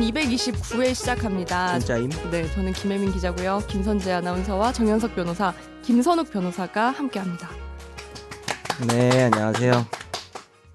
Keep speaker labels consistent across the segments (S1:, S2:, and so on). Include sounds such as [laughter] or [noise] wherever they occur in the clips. S1: 129회 시작합니다.
S2: 진짜임.
S1: 네, 저는 김혜민 기자고요. 김선재 아나운서와 정현석 변호사, 김선욱 변호사가 함께합니다.
S2: 네, 안녕하세요.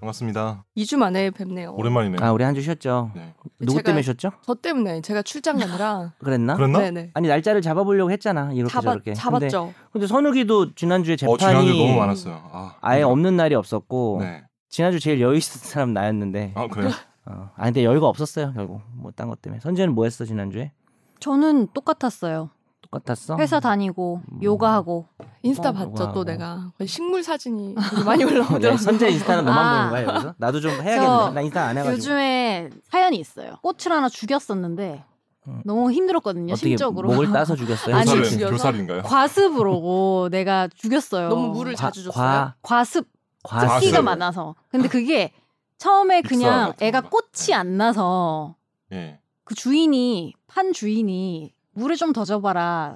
S3: 반갑습니다.
S1: 2주 만에 뵙네요.
S3: 오랜만이네요.
S2: 아, 우리 한 주 쉬었죠.
S3: 네.
S2: 누구
S1: 제가-
S2: 때문에 쉬었죠?
S1: 저 때문에 제가 출장 가느라
S2: 그랬나?
S3: [laughs] 그랬나?
S1: 네네
S2: 아니 날짜를 잡아보려고 했잖아. 이렇게
S1: 잡아,
S2: 저렇게. 근데,
S1: 잡았죠.
S2: 근데 선욱이도 지난주에 재판이
S3: 어 지난주 너무 많았어요. 아,
S2: 아예
S3: 힘들어.
S2: 없는 날이 없었고
S3: 네.
S2: 지난주 제일 여유 있는 사람 나였는데.
S3: 아 그래요?
S2: 어. 아 근데 여유가 없었어요 결국 뭐 딴 것 때문에. 선재는 뭐 했어 지난주에?
S4: 저는 똑같았어요.
S2: 똑같았어.
S4: 회사 다니고
S2: 음.
S4: 요가하고
S1: 인스타
S4: 어,
S1: 봤죠
S2: 요거하고.
S1: 또 내가 거의 식물 사진이 되게 많이
S2: [laughs] 네,
S1: 올라오더라고요.
S2: 선재 인스타는 너만
S4: 아.
S2: 보는 거야 여기서? 나도 좀 해야겠네.
S4: 저
S2: 나 인스타 안 해가지고.
S4: 요즘에 사연이 있어요. 꽃을 하나 죽였었는데
S2: 음.
S4: 너무 힘들었거든요.
S2: 어떻게
S4: 심적으로 [laughs]
S2: 목을 따서 죽였어요?
S4: 아니,
S3: 교사를-
S1: 죽여서?
S3: 교사인가요?
S4: 과습으로고 내가 죽였어요.
S1: 너무 물을 자주 줬어요.
S2: 과,
S4: 과습
S2: 과, 과습.
S4: 습기가
S3: 과습.
S4: 많아서. 근데 그게
S2: [laughs]
S4: 처음에
S3: 믹서
S4: 그냥
S3: 같은
S4: 애가
S3: 거.
S4: 꽃이 안 나서
S3: 예.
S4: 그 주인이 판 주인이 물에 좀
S2: [laughs]
S4: 더 줘봐라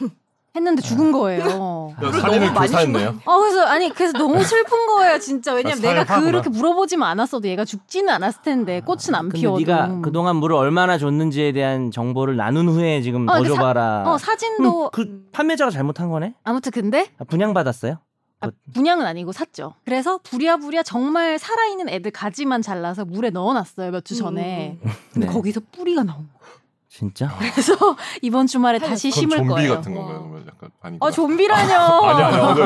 S4: 했는데
S2: 아.
S4: 죽은 거예요.
S3: 야, 살인을
S1: 많이
S3: 교사했네요.
S4: 어 그래서 아니 그래서 너무 슬픈 거예요 진짜 왜냐면
S3: 아, 사회
S4: 내가
S3: 파구나.
S4: 그렇게 물어보지만 않았어도 얘가 죽지는 않았을
S3: 아,
S4: 텐데 꽃은 안
S2: 근데
S4: 피워도
S2: 네가 그동안 물을 얼마나 줬는지에 대한 정보를 나눈 후에 지금
S4: 어,
S2: 더
S4: 근데 사-
S2: 줘봐라.
S4: 어
S2: 음,
S4: 사진도
S2: 그 판매자가 잘못한 거네?
S4: 아무튼 근데
S2: 아, 분양받았어요?
S4: 아,
S2: 그것-
S4: 분양은 아니고 샀죠 그래서 부랴부랴 정말 살아있는 애들 가지만 잘라서 물에 넣어놨어요 몇 주
S1: 음,
S4: 전에
S3: 음.
S4: 근데
S2: 네.
S4: 거기서 뿌리가 나온 거예요
S2: 진짜?
S4: 그래서 이번 주말에 다시
S3: 그건
S4: 심을
S3: 좀비
S4: 거예요
S3: 같은 건가요?
S1: 와.
S3: 그러면 약간 아니.
S4: 어
S3: [laughs] 아니
S4: 좀비라뇨
S3: 아니 오늘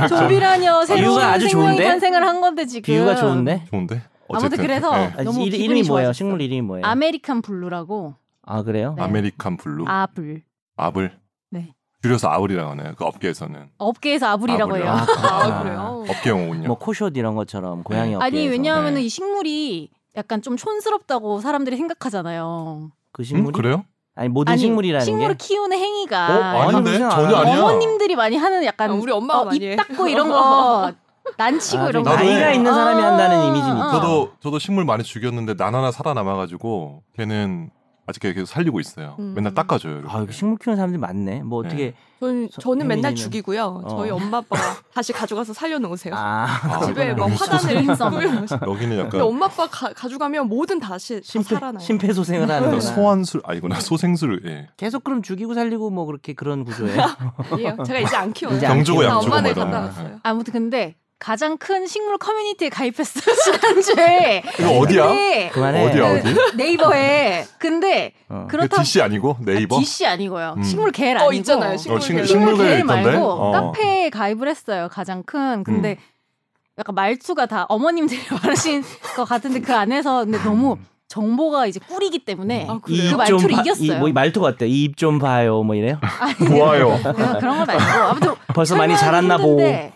S3: 뭐
S4: [laughs] 좀비라뇨 새로운
S2: 이유가 아주
S4: 생명이
S2: 좋은데?
S4: 탄생을 한 건데 지금
S2: 비유가 좋은데?
S3: 좋은데.
S4: 아무튼 그래서
S2: 아,
S4: 그 너무
S2: 이,
S4: 기분이
S2: 이름이 뭐예요?
S4: 좋아졌어.
S2: 식물 이름이 뭐예요?
S4: 아메리칸 블루라고
S2: 아 그래요?
S4: 네.
S3: 아메리칸 블루
S4: 아블
S3: 아블.
S4: 네.
S3: 줄여서 아울이라고 하네요. 그 업계에서는
S4: 업계에서 아블이라고
S3: 아블이요?
S4: 해요
S2: 아,
S1: 아
S2: 그렇구나.
S1: 그래요?
S3: 업계 용어군요.
S2: 뭐 코숏 이런 것처럼 고양이
S3: 아니,
S2: 어깨에서
S4: 네. 아니 왜냐하면
S3: 네.
S4: 이 식물이 약간 좀 촌스럽다고 사람들이 생각하잖아요.
S2: 그
S3: 음?
S2: 식물이?
S3: 그래요?
S2: 아니 모든 식물이라는
S4: 식물을
S2: 게?
S4: 키우는
S3: 어?
S4: 행위가
S2: 아니,
S3: 아닌데
S2: 무슨
S3: 전혀
S2: 아니야.
S3: 아니야.
S4: 어머님들이 많이 하는 약간
S1: 아, 우리 엄마가
S4: 어,
S1: 많이 해. [laughs]
S4: 입 닦고 이런 거 난치고
S2: 아,
S4: 이런
S2: 좀
S4: 거.
S2: 나이가
S3: 해.
S2: 있는 사람이
S4: 아,
S2: 한다는 이미지는
S1: 어.
S4: 아.
S2: 있죠.
S3: 저도 저도 식물 많이 죽였는데 난 하나 살아남아가지고 걔는 아직 계속 살리고 있어요.
S1: 음.
S3: 맨날 닦아줘요. 이렇게.
S2: 아 여기 식물 키우는 사람들이 많네. 뭐 어떻게
S1: 저는,
S2: 저-
S1: 저는 맨날
S2: 혜민이는-
S1: 죽이고요.
S2: 어.
S1: 저희 엄마 아빠가 다시 가져가서 살려놓으세요.
S2: 아
S3: 아,
S1: 집에 막
S3: 여기 진짜-
S1: 화단을 [laughs]
S4: 소스.
S1: 꾸며놓으시고.
S3: [laughs] 여기는 약간
S1: 근데 엄마 아빠 가, 가져가면 뭐든 다시 다
S2: 심폐,
S1: 살아나요.
S2: 심폐소생을 하는구나.
S3: 네, 소환술 아니구나 소생술 예.
S2: 계속 그럼 죽이고 살리고 뭐 그렇게 그런
S4: [laughs]
S2: 구조예요.
S1: 아니에요. 제가 이제 안 키워요.
S2: 이제 안
S3: 경주고
S2: 키워요.
S1: 나
S3: 양주고
S1: 엄마네
S3: 뭐 이런
S1: 갔다
S3: 거.
S1: 왔어요.
S4: 아무튼 근데 가장 큰 식물 커뮤니티에 가입했어요 [laughs] 지난주에.
S3: 이거
S1: 네,
S3: 어디야?
S4: 근데
S2: 그만해.
S3: 어디야 어디?
S4: 네이버에. 근데
S2: 어.
S3: 이거
S4: 그렇다
S3: DC 아니고 네이버?
S4: 아, DC 아니고요.
S3: 음.
S4: 식물 겔
S1: 어,
S4: 아니고.
S1: 있잖아요.
S3: 어, 식물
S1: 식물
S3: 식물
S4: 식물계
S3: 계 있던데.
S4: 말고
S1: [laughs]
S3: 어.
S4: 카페에 가입을 했어요. 가장 큰. 근데
S2: 음.
S4: 약간 말투가 다 어머님들이 [laughs] 말하신 것 같은데 그 안에서 근데 너무 정보가 이제 꿀이기 때문에
S1: 아, 그래요?
S2: 이입
S4: 그
S2: 좀
S4: 말투를
S2: 봐-
S4: 이겼어요.
S2: 이, 뭐이 말투가 어때? 이입 좀 봐요. 뭐 이래요?
S3: 좋아요.
S4: 네, 그런, 그런 건 아니고 아무튼
S2: [laughs] 벌써 많이
S4: 설명은
S2: 자랐나 보고.
S4: 힘든데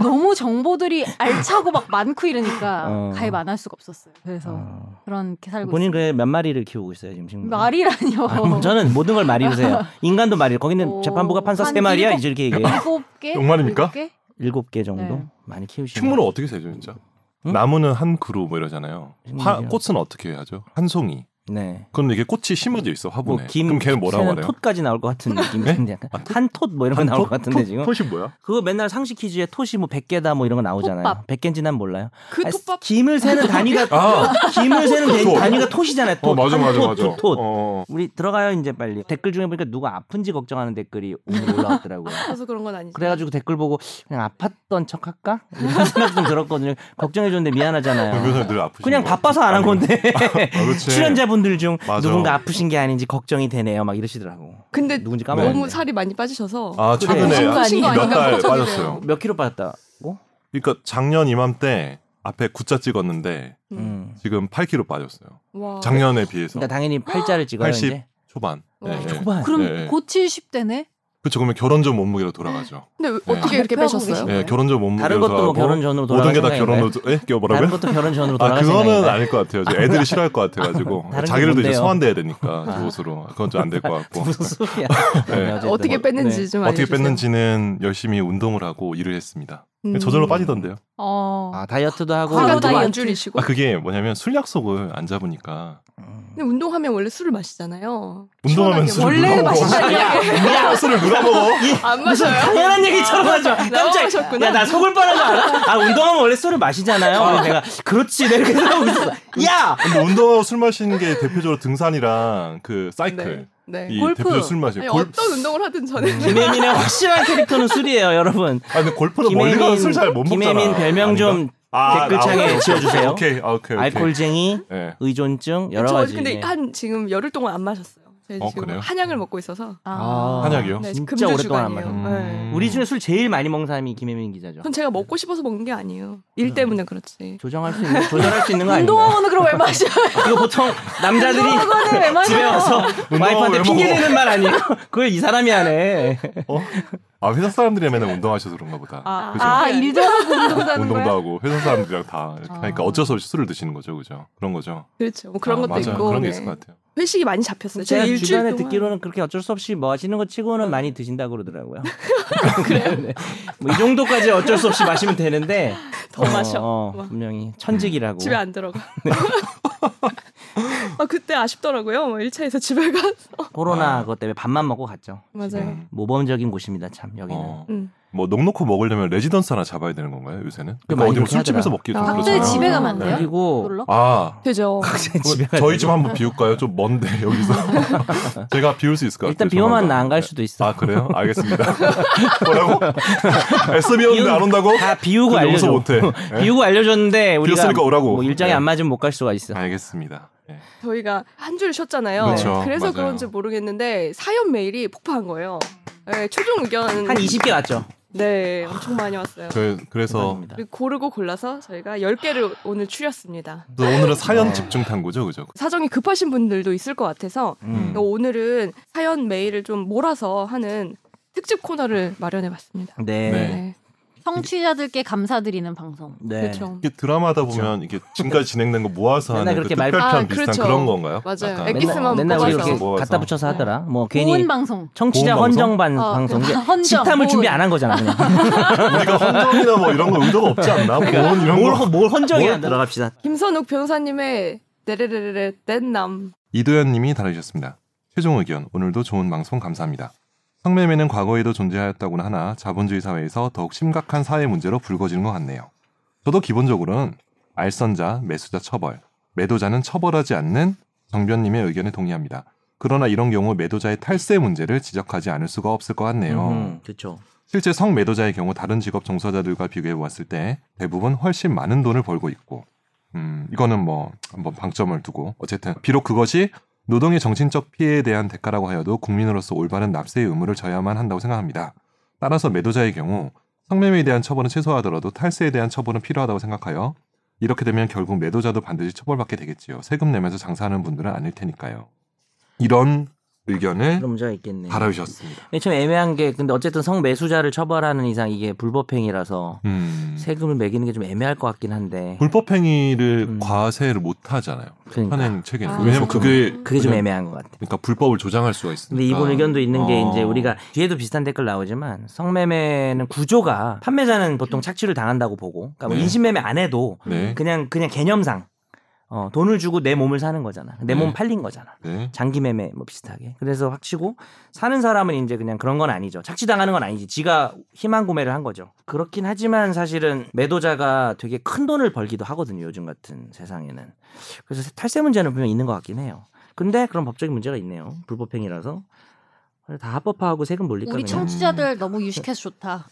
S4: 너무 정보들이 알차고 막 많고 이러니까
S2: 어.
S4: 가입 안 할 수가 없었어요. 그래서
S2: 어.
S4: 그렇게 살고
S2: 본인
S4: 있어요.
S2: 그 몇 마리를 키우고 있어요 지금 식물?
S4: 말이라뇨.
S2: [laughs] 아, 뭐 저는 모든 걸
S4: [laughs]
S2: 말이세요. 인간도 말이. 거기는
S4: 오,
S2: 재판부가 판사
S4: 한
S2: 세 마리야
S4: 일곱-
S2: 이제 이렇게 얘기해요.
S4: 일곱 개?
S3: 정말입니까?
S4: 일곱 개?
S2: 일곱 개 정도
S4: 네.
S2: 많이 키우시고.
S3: 식물은 어떻게 세죠 진짜?
S2: 응?
S3: 나무는 한 그루 뭐 이러잖아요. 화-
S2: 식물이요.
S3: 꽃은 어떻게 하죠? 한 송이.
S2: 네.
S3: 그럼 이게 꽃이 심어져 있어 화분에.
S2: 뭐김
S3: 그럼 걔는 뭐라고 말해요? 네? 아,
S2: 톳까지 나올 것 같은 느낌인데 약간 한톳 뭐 이런 거 나올 것 같은데 지금
S3: 톳이 뭐야?
S2: 그거 맨날 상식 퀴즈에 톳이 뭐 100개다 뭐 이런 거 나오잖아요
S4: 톳밥. 그
S2: 100개인지 난 몰라요
S1: 그
S2: 아니,
S1: 톱밥
S2: 김을 세는 단위가
S3: 아,
S2: 김을 세는
S3: 톳.
S2: 단- 단위가 톳이잖아요 톳.
S3: 어 맞아
S2: 한
S3: 맞아
S2: 톳,
S3: 맞아.
S2: 두 톳.
S3: 어.
S2: 우리 들어가요 이제 빨리 댓글 중에 보니까 누가 아픈지 걱정하는 댓글이 오늘
S4: [laughs]
S2: 올라왔더라고요
S1: 그래서 그런 건 아니지.
S2: 그래가지고 댓글 보고 그냥 아팠던 척 할까 이런 생각 좀 들었거든요 [laughs] 걱정해줬는데 미안하잖아요
S3: 변호사 늘 아프신
S2: 어. 그냥
S3: 거 같아.
S2: 바빠서 안 한
S3: 아니면- [laughs]
S2: 건데
S3: 아, 그렇지.
S2: 출연자분들 중
S3: 맞아.
S2: 누군가 아프신 게 아닌지 걱정이 되네요 막 이러시더라고
S1: 근데
S2: 누군지 까먹었는데
S1: 네. 너무 살이 많이 빠지셔서
S3: 네. 아
S2: 그래.
S3: 최근에
S4: 그런 네. 거 아니에요?
S3: 몇 달
S1: 걱정이
S3: 빠졌어요.
S1: 돼요.
S2: 몇 킬로 빠졌다고?
S3: 그러니까 작년 이맘때 앞에 구자 찍었는데
S2: 음.
S3: 지금 8kg 빠졌어요.
S1: 와.
S3: 작년에
S4: 네.
S3: 비해서
S2: 그러니까 당연히 팔자를 찍어야
S3: 80.
S2: 이제
S3: 초반.
S1: 어.
S2: 초반.
S4: 그럼
S3: 예, 예.
S4: 곧 70대네?
S3: 그렇죠. 그러면 결혼 전 몸무게로 돌아가죠.
S1: 근데 왜-
S3: 네.
S1: 어떻게 이렇게
S4: 발표하고
S1: 빼셨어요?
S4: 계신
S3: 예, 결혼 전 몸무게로
S2: 다른 것도 뭐
S3: 돌아가고
S2: 결혼 전으로
S3: 모든
S2: 돌아가는
S3: 게 다
S2: 생각인가요?
S3: 결혼으로 예? 이게
S2: 다른
S3: 뭐라고요?
S2: 것도 결혼 전으로
S3: 아
S2: 돌아가는
S3: 그거는
S2: 생각인가요?
S3: 아닐 것 같아요. 저 애들이 싫어할 것 같아가지고
S2: [laughs] 다른 게
S3: 자기들도 이제
S2: 뭔데요? 아. [laughs]
S3: 소환돼야 되니까 조옷으로 그건 좀 안 될 것 같고
S2: 무슨 소리야?
S3: 네.
S2: 어쨌든
S1: 어떻게
S2: 뭐,
S1: 뺐는지 좀
S3: 어떻게
S1: 알려주세요.
S3: 뺐는지는 열심히 운동을 하고 일을 했습니다.
S1: 음.
S3: 그 저절로 빠지던데요.
S4: 어.
S2: 아 다이어트도 하고 뭐
S4: 과로
S1: 술도
S2: 운동도
S1: 많이
S4: 다이어트.
S1: 안 줄이시고.
S3: 아 그게 뭐냐면 술 약속을 안 잡으니까
S2: 음.
S1: 근데 운동하면 원래 술을 마시잖아요. 시원하게
S3: 운동하면 술을
S1: 원래
S3: 먹어.
S1: 마시잖아요.
S3: 운동하는 술을 누가 먹어?
S1: 안
S2: 무슨
S1: 마셔요?
S2: 당연한 얘기처럼
S1: 어,
S2: 하지 마.
S1: 네.
S2: 깜짝.
S1: 나오셨구나.
S2: 야나 속을 뻔한 거 알아? 아 운동하면 원래 술을 마시잖아요.
S3: 어.
S2: 근데 내가 그렇지 내가 이렇게 생각하고 있었어. 야
S3: 근데 운동하고 술 마시는 게 대표적으로 등산이랑 그 사이클
S1: 네.
S3: 이
S1: 네.
S4: 골프.
S3: 대표적으로 술 마시.
S1: 아니,
S3: 골
S1: 어떤 운동을 하든 저는
S2: 김혜민의 확실한 캐릭터는 술이에요, 여러분.
S3: 아 근데 골프는 멀리 가서 술 잘 못 먹잖아.
S2: 김혜민 별명 좀
S3: 아닌가?
S2: 댓글창에
S3: 오케이, 오케이,
S2: 지어주세요.
S3: 오케이, 아, 오케이, 오케이.
S2: 알코올쟁이,
S3: 예.
S2: 의존증 여러
S1: 저
S2: 가지.
S1: 근데
S2: 예.
S1: 한 지금 열흘 동안 안 마셨어요. 제가
S3: 어,
S1: 지금
S3: 그래요?
S1: 한약을 먹고 있어서
S4: 아.
S3: 한약이요?
S1: 네,
S2: 진짜
S1: 금주
S2: 오랫동안 안
S1: 주간이에요.
S3: 마셨네.
S1: 네.
S3: 음.
S2: 우리 중에 술 제일 많이 먹는 사람이 김혜민 기자죠.
S1: 전 제가 먹고 싶어서 먹는 게 아니에요. 일
S3: 음.
S2: 그래요?
S1: 때문에 그렇지.
S2: 조정할 수 있는 조절할 수 있는 거 아닌가요?
S4: 운동하고는 그럼 왜 마셔?
S2: 이거 보통 남자들이
S4: 운동하고는 왜
S2: 집에
S4: 마셔?
S2: 와서
S3: 운동하고
S2: 와이프한테
S3: 왜
S2: 핑계
S3: 먹어?
S2: 대는 말 아니에요? 그걸 이 사람이 하네.
S3: 어? 아 회사 사람들이 맨날 운동하셔서 그런가 보다.
S4: 아,
S3: 그죠?
S4: 아 일도 하고 운동도 하는
S2: [laughs]
S3: 운동도
S4: 거야?
S3: 하고 회사 사람들이랑 다 이렇게
S4: 아.
S3: 하니까 어쩔 수 없이 술을 드시는 거죠, 그죠? 그런 거죠.
S1: 그렇죠. 뭐 그런
S3: 아,
S1: 것도
S3: 맞아요.
S1: 있고
S3: 그런 게
S1: 네.
S3: 있을 것 같아요.
S1: 회식이 많이 잡혔어요.
S2: 제가
S1: 제가 일주일
S2: 주변에
S1: 동안 어.
S2: 듣기로는 그렇게 어쩔 수 없이 마시는 것 치고는 많이 드신다고
S1: [laughs]
S2: 그러더라고요. [laughs] 그래요? 뭐이 정도까지 어쩔 수 없이 마시면 되는데
S1: 더 마셔.
S2: 어,
S1: 막
S2: 분명히 천직이라고. 네.
S1: 집에 안
S2: [laughs]
S1: 들어가. 아 그때 아쉽더라고요. 뭐 1차에서 집에
S2: [laughs]
S1: 가.
S2: 코로나
S3: 아.
S2: 그것 때문에 밥만 먹고 갔죠.
S1: 맞아요.
S3: 음.
S2: 모범적인 곳입니다, 참 여기는.
S3: 어.
S1: 음.
S3: 뭐 넉넉히 먹으려면 레지던스 하나 잡아야 되는 건가요 요새는?
S2: 그
S3: 그러니까
S2: 많이
S3: 어디
S2: 그렇게
S3: 술집에서
S2: 하더라.
S3: 먹기 좀
S1: 아.
S3: 그렇잖아요.
S1: 갑자기
S4: 집에 가면 안 돼요?
S2: 네. 그리고
S4: 놀러?
S3: 아
S2: [laughs]
S1: 되죠.
S2: 집에
S3: 그,
S2: 가야
S3: 저희
S2: 돼요.
S3: [laughs] 집 한번 비울까요? 좀 먼데 여기서
S2: [laughs]
S3: 제가 비울 수 있을 것
S2: 일단
S3: 같아요.
S2: 비오면
S3: 조만간.
S2: 나 안 갈 수도 있어.
S3: 아 그래요?
S2: [laughs]
S3: 알겠습니다. 뭐라고? 애써 비웠는데 안 온다고?
S2: 다 비우고
S3: 그럼
S2: 알려줘.
S3: 용서
S2: [laughs]
S3: 못해. 예?
S2: 비우고 알려줬는데 우리가
S3: 비웠으니까 오라고. 아.
S2: 뭐 일정이
S3: 예.
S2: 안 맞으면 못 갈 수가 있어.
S3: 알겠습니다. 예.
S1: 저희가 한 주를 쉬었잖아요.
S3: 그렇죠.
S1: 래서
S3: 맞아요.
S1: 그런지 모르겠는데 사연 메일이 폭파한 거요 네, 최종 의견
S2: 한 20개 왔죠.
S1: 네
S2: 네.
S1: 엄청 많이 왔어요.
S3: 그, 그래서,
S2: 죄송합니다.
S1: 그리고 고르고 골라서 저희가 10개를 오늘 추렸습니다.
S3: 그래서 오늘은 사연
S2: 네.
S3: 집중 탐구죠, 그죠?
S1: 사정이 급하신 분들도 있을 것 같아서 어,
S2: 음.
S1: 오늘은 사연 메일을 좀 몰아서 하는 특집 코너를 마련해봤습니다.
S2: 네.
S3: 네.
S1: 네,
S4: 성취자들께 감사드리는 방송.
S2: 네.
S1: 그렇죠.
S3: 이게 드라마다 보면 이게 지금까지 진행된 거 모아서
S2: 맨날
S3: 하는 그
S2: 그렇게 말-
S3: 특별편
S1: 아,
S3: 비슷한
S1: 그렇죠.
S3: 그런 건가요?
S1: 맞아요.
S3: 약간?
S1: 액기스- 액기스만
S2: 맨날, 맨날 우리
S3: 뽑아서.
S2: 이렇게
S3: 모아서.
S2: 갖다 붙여서
S1: 네.
S2: 하더라. 뭐 괜히
S4: 고운 방송. 그
S2: 청취자
S3: 고운 방송?
S2: 헌정 반
S1: 어,
S2: 방송. 이게
S4: [laughs] 헌정, 뭐
S2: 식탐을
S4: 고운.
S2: 준비 안 한 거잖아. 그냥.
S3: [laughs] 우리가 헌정이나 뭐 이런 거 의도가 없지 않나? 뭐 이런
S2: 그러니까 뭘,
S3: 거.
S2: 헌- 뭘 헌정이야.
S3: 뭘-
S2: 들어갑시다.
S1: 김선욱 변호사님의 데레레레레 뗀남
S3: 이도현 님이 달아주셨습니다. 최종 의견, 오늘도 좋은 방송 감사합니다. 성매매는 과거에도 존재하였다고는 하나 자본주의 사회에서 더욱 심각한 사회 문제로 불거지는 것 같네요. 저도 기본적으로는 알선자, 매수자 처벌, 매도자는 처벌하지 않는 정변님의 의견에 동의합니다. 그러나 이런 경우 매도자의 탈세 문제를 지적하지 않을 수가 없을 것 같네요.
S2: 그렇죠.
S3: 실제 성매도자의 경우 다른 직업 종사자들과 비교해 보았을 때 대부분 훨씬 많은 돈을 벌고 있고 음 이거는 뭐 한번 방점을 두고 어쨌든 비록 그것이 노동의 정신적 피해에 대한 대가라고 하여도 국민으로서 올바른 납세의 의무를 져야만 한다고 생각합니다. 따라서 매도자의 경우 성매매에 대한 처벌은 최소하더라도 탈세에 대한 처벌은 필요하다고 생각하여 이렇게 되면 결국 매도자도 반드시 처벌받게 되겠지요. 세금 내면서 장사하는 분들은 아닐 테니까요. 이런 의견을
S2: 그런 문제가 있겠네.
S3: 달아주셨습니다.
S2: 근데 참 애매한 게 근데 어쨌든 성매수자를 처벌하는 이상 이게 불법행위라서
S3: 음.
S2: 세금을 매기는 게 좀 애매할 것 같긴 한데 그러니까
S3: 불법 행위를
S2: 음.
S3: 과세를 못 하잖아요.
S2: 그러니까
S3: 현행 체계는
S1: 아.
S3: 왜냐면 그게
S2: 그게 좀
S3: 그냥-
S2: 애매한 것 같아.
S3: 그러니까 불법을 조장할 수가 어. 있습니다.
S2: 근데 이분 의견도 있는 게 이제 우리가 뒤에도 비슷한 댓글 나오지만 성매매는 구조가 판매자는 보통 착취를 당한다고 보고 그러니까 뭐
S3: 네.
S2: 인신매매 안 해도
S3: 네.
S2: 그냥 그냥 개념상 어, 돈을 주고 내 몸을 사는 거잖아. 내 몸
S3: 네.
S2: 팔린 거잖아.
S3: 네.
S2: 장기 매매 뭐 비슷하게. 그래서 확치고 사는 사람은 이제 그냥 그런 건 아니죠. 착취당하는 건 아니지. 지가 희망 구매를 한 거죠. 그렇긴 하지만 사실은 매도자가 되게 큰 돈을 벌기도 하거든요. 요즘 같은 세상에는. 그래서 탈세 문제는 분명 있는 것 같긴 해요. 근데 그런 법적인 문제가 있네요. 불법행위라서. 다 합법화하고 세금 몰릴까
S4: 우리
S2: 그냥.
S4: 청취자들 너무 유식해서 좋다.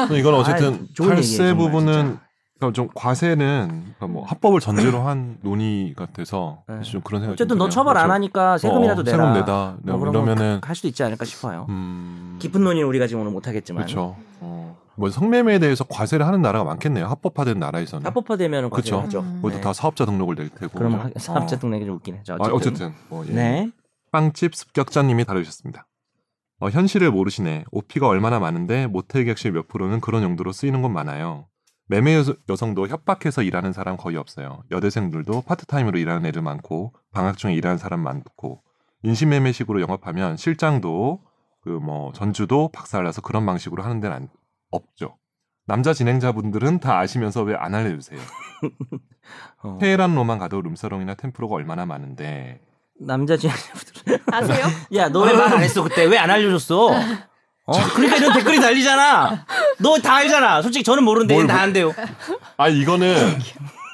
S3: 근데 이건 어쨌든
S2: 아이, 좋은
S3: 탈세
S2: 얘기예요, 정말,
S3: 부분은
S2: 진짜.
S3: 그러니까 좀 과세는 그러니까 뭐 합법을 전제로 한 논의 같아서
S2: 네.
S3: 좀 그런 생각이
S2: 어쨌든
S3: 좀
S2: 너
S3: 드네요.
S2: 처벌 안
S3: 그렇죠.
S2: 하니까 세금이라도
S3: 어,
S2: 내라.
S3: 세금 내다. 네,
S2: 뭐 그런
S3: 그러면은
S2: 할 수도 있지 않을까 싶어요.
S3: 음,
S2: 깊은 논의는 우리가 지금 오늘 못하겠지만
S3: 그렇죠. 어. 뭐 성매매에 대해서 과세를 하는 나라가 많겠네요. 합법화된 나라에서는.
S2: 합법화되면
S3: 그쵸.
S2: 과세하죠.
S4: 음.
S3: 그것도
S2: 네.
S3: 다 사업자 등록을 낼 테고.
S2: 그럼
S3: 그죠?
S2: 하- 사업자
S3: 어.
S2: 등록이 좀 웃긴 해죠.
S3: 아, 어쨌든 뭐, 예.
S2: 네.
S3: 빵집 습격자님이 다루셨습니다. 어, 현실을 모르시네. 오피가 얼마나 많은데 모텔 객실 몇 프로는 그런 용도로 쓰이는 건 많아요. 매매 여- 여성도 협박해서 일하는 사람 거의 없어요. 여대생들도 파트타임으로 일하는 애들 많고 방학 중에 일하는 사람 많고 인신매매식으로 영업하면 실장도 그 뭐 전주도 박살나서 그런 방식으로 하는 데는 안- 없죠. 남자 진행자분들은 다 아시면서 왜 안 알려주세요? [laughs]
S2: 어.
S3: 테헤란로만 가도 룸사롱이나 템프로가 얼마나 많은데
S2: 남자
S3: [laughs]
S2: 진 [laughs]
S1: 아세요?
S2: 야, 너 왜 말 안 했어 그때? 왜
S1: [laughs]
S2: 안 알려줬어? 어? 그러니까 이런 댓글이 달리잖아. 너 다 알잖아. 솔직히 저는 모르는데
S3: 뭘 뭐-
S2: 얘는 다 안돼요.
S3: 아 이거는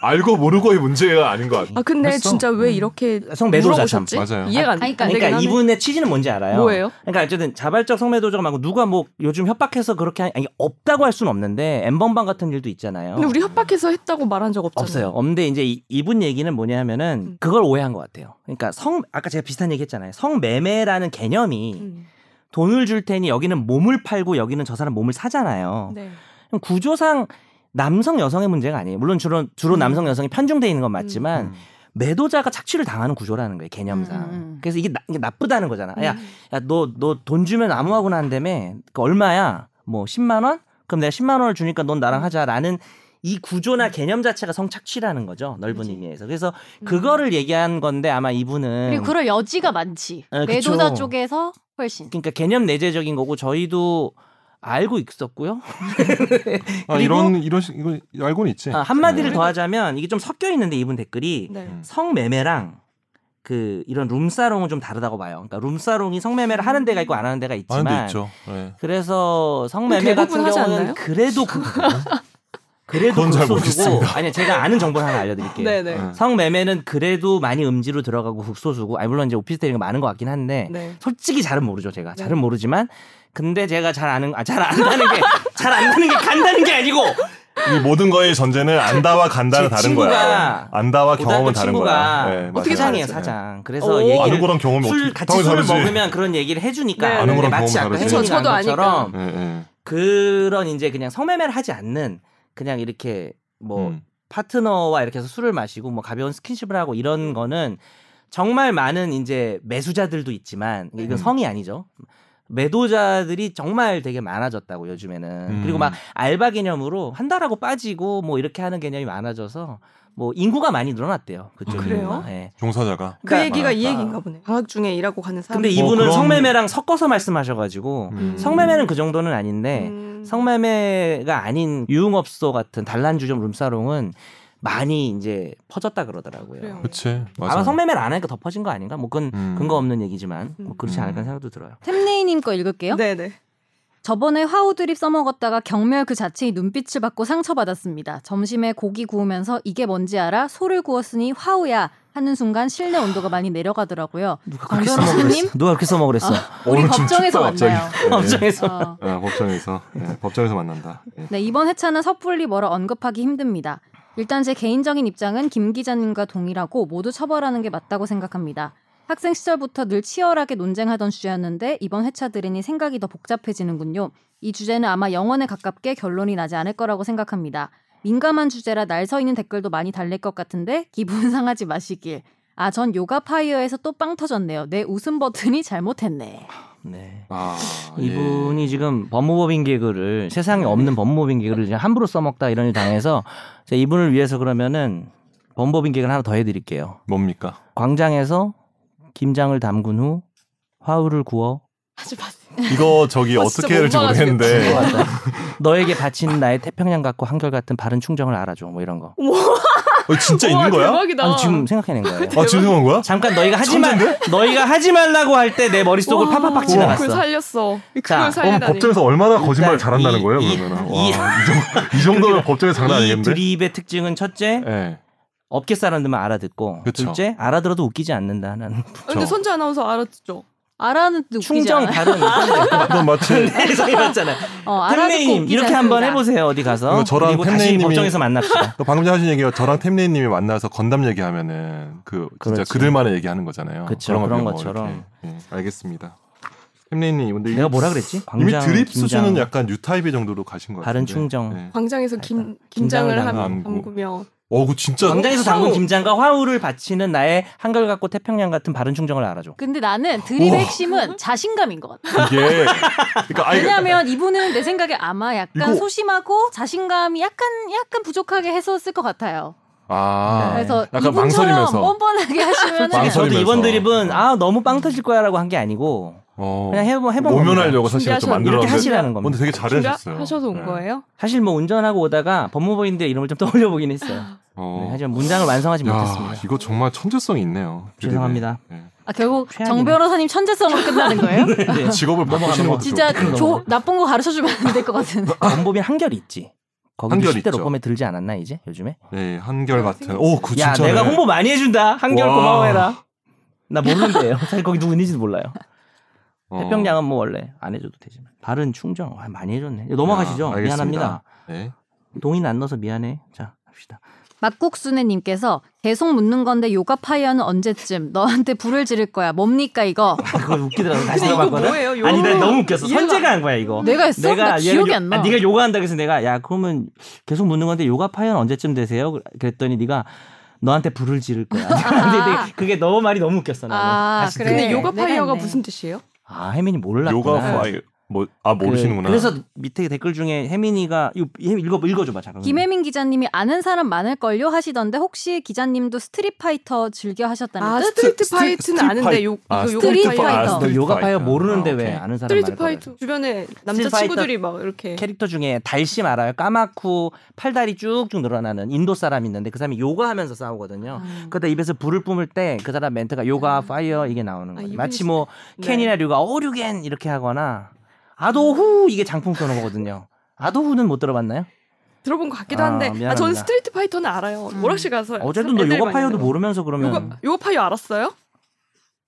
S3: 알고 모르고의 문제가 아닌 것 같아요.
S1: 아 근데
S2: 했어.
S1: 진짜
S3: 음.
S1: 왜 이렇게
S2: 성매도자 참.
S1: 물어보셨지?
S3: 맞아요.
S1: 이해가 안
S4: 아니,
S1: 안 되긴
S2: 그러니까
S1: 하네.
S2: 이분의 취지는 뭔지 알아요.
S1: 뭐예요?
S2: 그러니까 어쨌든 자발적 성매도자가 많고 누가 뭐 요즘 협박해서 그렇게 하니 아니, 없다고 할 수는 없는데 엠번방 같은 일도 있잖아요.
S1: 근데 우리
S3: 어.
S1: 협박해서 했다고 말한 적 없잖아요.
S2: 없어요. 없는데 이제 이- 이분 얘기는 뭐냐 하면은
S1: 음.
S2: 그걸 오해한 것 같아요. 그러니까 성 아까 제가 비슷한 얘기 했잖아요. 성매매라는 개념이
S1: 음.
S2: 돈을 줄 테니 여기는 몸을 팔고 여기는 저 사람 몸을
S3: 어.
S2: 사잖아요.
S1: 네.
S2: 그럼 구조상 남성 여성의 문제가 아니에요. 물론 주로 주로
S1: 음.
S2: 남성 여성이 편중돼 있는 건 맞지만
S3: 음.
S2: 매도자가 착취를 당하는 구조라는 거예요 개념상.
S4: 음, 음.
S2: 그래서 이게, 나,쁘다는 거잖아. 야,
S1: 음.
S2: 야 너 너 돈 주면 아무하고나 한다며. 그 얼마야? 뭐 10만 원? 그럼 내가 10만 원을 주니까 넌 나랑 하자라는 이 구조나 개념 자체가 성착취라는 거죠 넓은
S1: 그치.
S2: 의미에서. 그래서
S1: 음.
S2: 그거를 얘기한 건데 아마
S4: 그리고
S2: 이분은
S4: 그럴 여지가 많지.
S2: 네. 아, 그쵸.
S4: 매도자 쪽에서 훨씬.
S2: 그러니까 개념 내재적인 거고 저희도 알고 있었고요.
S3: 아, 이런 이런 식 이거 알고는 있지.
S2: 아, 한마디를
S3: 네.
S2: 더 하자면 이게 좀 섞여 있는데 이분 댓글이
S1: 네.
S3: 음.
S2: 성매매랑 그 이런 룸사롱은 좀 다르다고 봐요. 그러니까 룸사롱이 성매매를 하는 데가 있고 안 하는 데가 아, 있지만
S3: 많은데 있죠. 네.
S2: 그래서 성매매
S1: 대부분
S2: 같은
S1: 하지
S2: 경우는
S1: 않나요? [laughs]
S2: 그래도 그, 그래도
S3: 그건 잘
S2: 극소수고
S3: 모르겠습니다.
S2: 아니 제가 아는 정보를 하나
S1: 음.
S2: 알려드릴게요.
S1: 네네.
S3: 네.
S2: 성매매는 그래도 많이 음지로 들어가고 극소수고 아니 물론 이제 오피스텔 이런 거 많은 것 같긴 한데
S1: 네.
S2: 솔직히 잘은 모르죠 제가
S1: 네.
S2: 잘은 모르지만 근데 제가 잘 아는 아, 잘 안다는 게 잘 안다는 게 간다는 게 아니고
S3: 이 모든 거의 전제는 안다와 간다는
S2: 제
S3: 다른 거야.
S2: 친구가
S3: 안다와
S2: 고등학교
S3: 아, 경험은 다른
S2: 친구가
S3: 거야. 네, 맞아요.
S2: 어떻게 사장이에요
S3: 네.
S2: 사장
S1: 오.
S2: 그래서
S3: 아는
S2: 얘기를
S3: 거랑 경험이
S2: 술
S3: 어떻게
S2: 같이 술을
S3: 다르지?
S2: 먹으면 그런 얘기를 해주니까
S1: 네.
S3: 아는 거랑
S2: 마치
S3: 경험은
S2: 아까
S3: 다르지.
S2: 혜진이가
S1: 저도
S2: 한 것처럼
S1: 아니까.
S3: 네, 네.
S2: 그런 이제 그냥 성매매를 하지 않는 그냥 이렇게 뭐
S3: 음.
S2: 파트너와 이렇게 해서 술을 마시고 뭐 가벼운 스킨십을 하고 이런 거는 정말 많은 이제 매수자들도 있지만 이건
S1: 음.
S2: 성이 아니죠. 매도자들이 정말 되게 많아졌다고 요즘에는
S3: 음.
S2: 그리고 막 알바 개념으로 한 달하고 빠지고 뭐 이렇게 하는 개념이 많아져서 뭐 인구가 많이 예. 늘어났대요 그쪽
S1: 그래요?
S3: 종사자가
S1: 그
S2: 그러니까
S1: 얘기가 이
S3: 아.
S1: 얘기인가 보네. 방학 중에 일하고 가는 사람.
S2: 근데 이분은
S3: 그런-
S2: 성매매랑 섞어서 말씀하셔가지고
S3: 음.
S2: 성매매는 그 정도는 아닌데
S1: 음.
S2: 성매매가 아닌 유흥업소 같은 단란주점 룸사롱은 많이 이제 퍼졌다 그러더라고요.
S1: 그래요.
S3: 그치 맞아.
S2: 아마 성매매를 안 하니까 더 퍼진 거 아닌가? 뭐 그건
S3: 음.
S2: 근거 없는 얘기지만
S1: 음.
S2: 뭐 그렇지
S3: 음.
S2: 않을까 생각도 들어요.
S4: 템레이님 거 읽을게요.
S1: 네네.
S4: 저번에 화우드립 써먹었다가 경멸 그 자체의 눈빛을 받고 상처받았습니다. 점심에 고기 구우면서 이게 뭔지 알아? 소를 구웠으니 화우야 하는 순간 실내 온도가 많이 내려가더라고요.
S2: 누가
S4: 강
S2: 그렇게
S3: 아,
S2: 써먹으랬어?
S4: 변호사님?
S2: 누가 그렇게 써먹으랬어?
S4: 우리
S3: 오늘 좀
S4: 법정에서
S3: 춥다, 갑자기.
S4: 만나요.
S3: 아, 네.
S2: [laughs]
S3: [laughs]
S2: 업장에서
S4: 어.
S3: 아, 법정에서 네, 법정에서 만난다. 네.
S4: 네, 이번 회차는 섣불리 뭐라 언급하기 힘듭니다. 일단 제 개인적인 입장은 김 기자님과 동일하고 모두 처벌하는 게 맞다고 생각합니다. 학생 시절부터 늘 치열하게 논쟁하던 주제였는데 이번 회차 들으니 생각이 더 복잡해지는군요. 이 주제는 아마 영원에 가깝게 결론이 나지 않을 거라고 생각합니다. 민감한 주제라 날 서 있는 댓글도 많이 달릴 것 같은데 기분 [laughs] 상하지 마시길. 아, 전 요가 파이어에서 또 빵 터졌네요. 내 웃음 버튼이 잘못했네.
S2: 네.
S3: 아, 네.
S2: 이분이 지금 법무법인 개그를 세상에 없는 법무법인 개그를 그냥 함부로 써먹다 이런 일 당해서 제가 이분을 위해서 그러면은 법무법인 개그를 하나 더 해드릴게요.
S3: 예. 뭡니까?
S2: 광장에서 김장을 담근 후 화우를 구워
S1: 하지 마세요.
S3: 이거 저기
S1: 아, 진짜
S3: 어떻게 해야 될지
S1: 못
S3: 모르겠는데
S2: [laughs] 너에게 바친 나의 태평양 같고 한결같은 바른 충정을 알아줘 뭐 이런 거
S3: 어, 진짜
S1: 우와,
S3: 있는 거야?
S1: 대박이다.
S2: 아니, 지금 생각해낸 거예요
S3: 아 죄송한 거야?
S2: 잠깐 너희가 하지 말 너희가 하지 말라고 할 때 내 머릿속을
S1: 와.
S2: 팍팍팍
S1: 그걸
S2: 지나갔어
S1: 살렸어.
S2: 자,
S1: 그걸
S3: 그럼
S1: 살리다니.
S3: 법정에서 얼마나 거짓말
S2: 일단
S3: 잘한다는
S2: 이-
S3: 거예요
S2: 이-
S3: 그러면?
S2: 이- 그러니까
S3: 와, 이, 정도, 이 정도면 법정에서 장난
S2: 이
S3: 아니겠는데?
S2: 드립의 특징은 첫째
S3: 예.
S2: 업계 사람들만 알아듣고
S3: 그쵸.
S2: 둘째 알아들어도 웃기지 않는다는
S1: 아, 근데
S3: 저-
S1: 선재 아나운서 알았죠.
S4: 알아는데 웃기지
S2: 충정
S4: 않아.
S2: 다른
S4: [laughs]
S3: 넌 마치
S2: 해석이었잖아요
S4: 어, [laughs] 알아듣고
S2: 템레이님
S4: 웃기지
S2: 이렇게 한번
S4: 않습니다.
S2: 해보세요 어디 가서
S3: 그리고 저랑
S2: 그리고 다시
S3: 템레이님이-
S2: 법정에서 만납시다
S3: 너그 방금 전에 하신 얘기가 저랑 템리님이 만나서 건담 얘기하면은 그 진짜
S2: 그렇지.
S3: 그들만의 얘기하는 거잖아요.
S2: 그쵸,
S3: 거
S2: 그런
S3: 그냥 뭐
S2: 것처럼.
S3: 이렇게. 예, 알겠습니다. 템리님 근데
S2: 내가
S3: 이-
S2: 뭐라 그랬지
S3: 이미
S2: 광장
S3: 드립
S2: 김장
S3: 수준은 약간 유타입이 정도로 가신 것 같아요.
S2: 다른 충정.
S1: 광장에서 김 김장을
S2: 김장을
S1: 한
S3: 담그고.
S1: 담그며
S3: 어, 그 진짜
S2: 광장에서 담근
S4: 어.
S1: 화우.
S2: 김장과 화우를 바치는 나의 한결같고 태평양 같은 바른 충정을 알아줘.
S4: 근데 나는 드립의
S3: 우와.
S4: 핵심은 자신감인 것 같아.
S3: 이게 그러니까 아이
S4: 왜냐하면 이분은 내 생각에 아마 약간
S3: 이거-
S4: 소심하고 자신감이 약간 약간 부족하게 했었을 것 같아요.
S3: 아
S2: 네.
S4: 그래서
S3: 약간
S4: 이분처럼
S3: 망설이면서.
S4: 뻔뻔하게 하시면
S2: 솔직히 저도
S3: 망설이면서.
S2: 이번 드립은 아 너무 빵 터질 거야라고 한 게 아니고
S3: 어.
S2: 그냥 해보 해본
S3: 모면하려고 사실 좀
S1: 준비하셨-
S3: 만들었는데
S2: 이렇게 하시라는 겁니다.
S3: 근데 되게 잘하셨어요.
S1: 하셔서 온
S3: 네.
S1: 거예요?
S2: 사실 뭐 운전하고 오다가 법무부인들 이름을 좀 떠올려 보긴 했어요.
S3: 어.
S2: 네, 하지만 문장을 완성하지
S3: 야,
S2: 못했습니다.
S3: 이거 정말 천재성이 있네요.
S2: 죄송합니다.
S3: 네.
S4: 아 결국 정
S2: 최악이네.
S4: 변호사님 천재성으로 끝나는
S3: [laughs]
S4: 거예요?
S2: 네.
S3: 직업을 바꾸시는 것도
S4: 진짜
S3: 좋겠네요.
S4: 조, 나쁜 거 가르쳐 주면 안 될
S3: [laughs]
S4: 것 같은.
S2: 방법이 한결 있지. 거기
S3: 한결
S2: 10대
S3: 있죠.
S2: 로펌에 들지 않았나 이제 요즘에?
S3: 네, 한결 같은. 오, 그
S2: 야
S3: 진짜네.
S2: 내가 홍보 많이 해준다. 한결
S3: 와.
S2: 고마워해라. 나 모르는데요. [laughs] 사실 거기 누군지도 몰라요.
S3: 어.
S2: 태평양은 뭐 원래 안 해줘도 되지만 발은 충정 아, 많이 해줬네. 넘어가시죠.
S3: 야, 알겠습니다.
S2: 미안합니다.
S3: 네.
S2: 동의는 안 넣어서 미안해. 자 합시다.
S4: 막국수네님께서 계속 묻는 건데 요가 파이어는 언제쯤 너한테 불을 지를 거야 뭡니까 이거?
S3: 음.
S2: 아, 그거 웃기더라고. 다시
S1: 근데 이거
S2: 들어봤거든.
S1: 뭐예요? 요-
S2: 아니 나 너무 웃겼어.
S1: 이해가-
S2: 선재가 한 거야 이거.
S4: 내가 했어? 나
S2: 얘가
S4: 기억이
S2: 요-
S4: 안 나.
S2: 아, 네가 요가 한다 그래서 내가 야 그러면 계속 묻는 건데 요가 파이언 언제쯤 되세요? 그랬더니 네가 너한테 불을 지를
S1: [laughs]
S2: 거야. [laughs] 근데 내가 그게 너무 말이 너무 웃겼어 나는.
S4: 아,
S2: 다시
S4: 그래.
S2: 듣기.
S1: 근데 요가
S4: 내가
S1: 파이어가
S4: 했네.
S1: 무슨 뜻이에요?
S2: 아 혜민이 몰랐구나.
S3: 요가 파이 뭐아 모르시는구나.
S2: 그, 래서 밑에 댓글 중에 혜민이가 이거 읽어 읽어줘봐 잠깐.
S4: 김혜민 기자님이 아는 사람 많을걸요 하시던데 혹시 기자님도 스트릿 파이터 즐겨 하셨다는
S1: 아
S4: 뜻?
S1: 스트리트
S3: 스트-
S1: 파이트는
S3: 스트리트
S1: 아는데 요
S3: 아,
S1: 이거 요가
S4: 스트리트
S1: 파이어
S4: 파이터.
S3: 아, 스트리트
S2: 요가 파이어
S3: 파이터.
S2: 모르는데
S3: 아,
S2: 왜
S3: 오케이.
S2: 아는 사람
S1: 스트리트
S2: 많을 거래.
S1: 파이트 주변에 남자 친구들이 막 이렇게
S2: 캐릭터 중에 달심 알아요? 까맣고 팔다리 쭉쭉 늘어나는 인도 사람이 있는데 그 사람이 요가하면서 싸우거든요.
S4: 음.
S2: 그러다 입에서 불을 뿜을 때 그 사람 멘트가 요가 파이어 이게 나오는
S1: 아,
S2: 거예요.
S1: 이분이
S2: 마치 뭐
S1: 네.
S2: 켄이나 류가 어류겐 이렇게 하거나 아도후 이게 장풍 쏘는 거거든요. 아도후는 못 들어봤나요?
S1: 들어본 것 같기도
S2: 아,
S1: 한데 아, 저는
S2: 미안합니다.
S1: 스트리트 파이터는 알아요.
S4: 음.
S1: 오락실 가서
S2: 어제도 너
S1: 애들이
S2: 요가
S1: 많이
S2: 파이어도
S1: 하는
S2: 모르면서
S1: 거.
S2: 그러면
S1: 요가 요가 파이어 알았어요?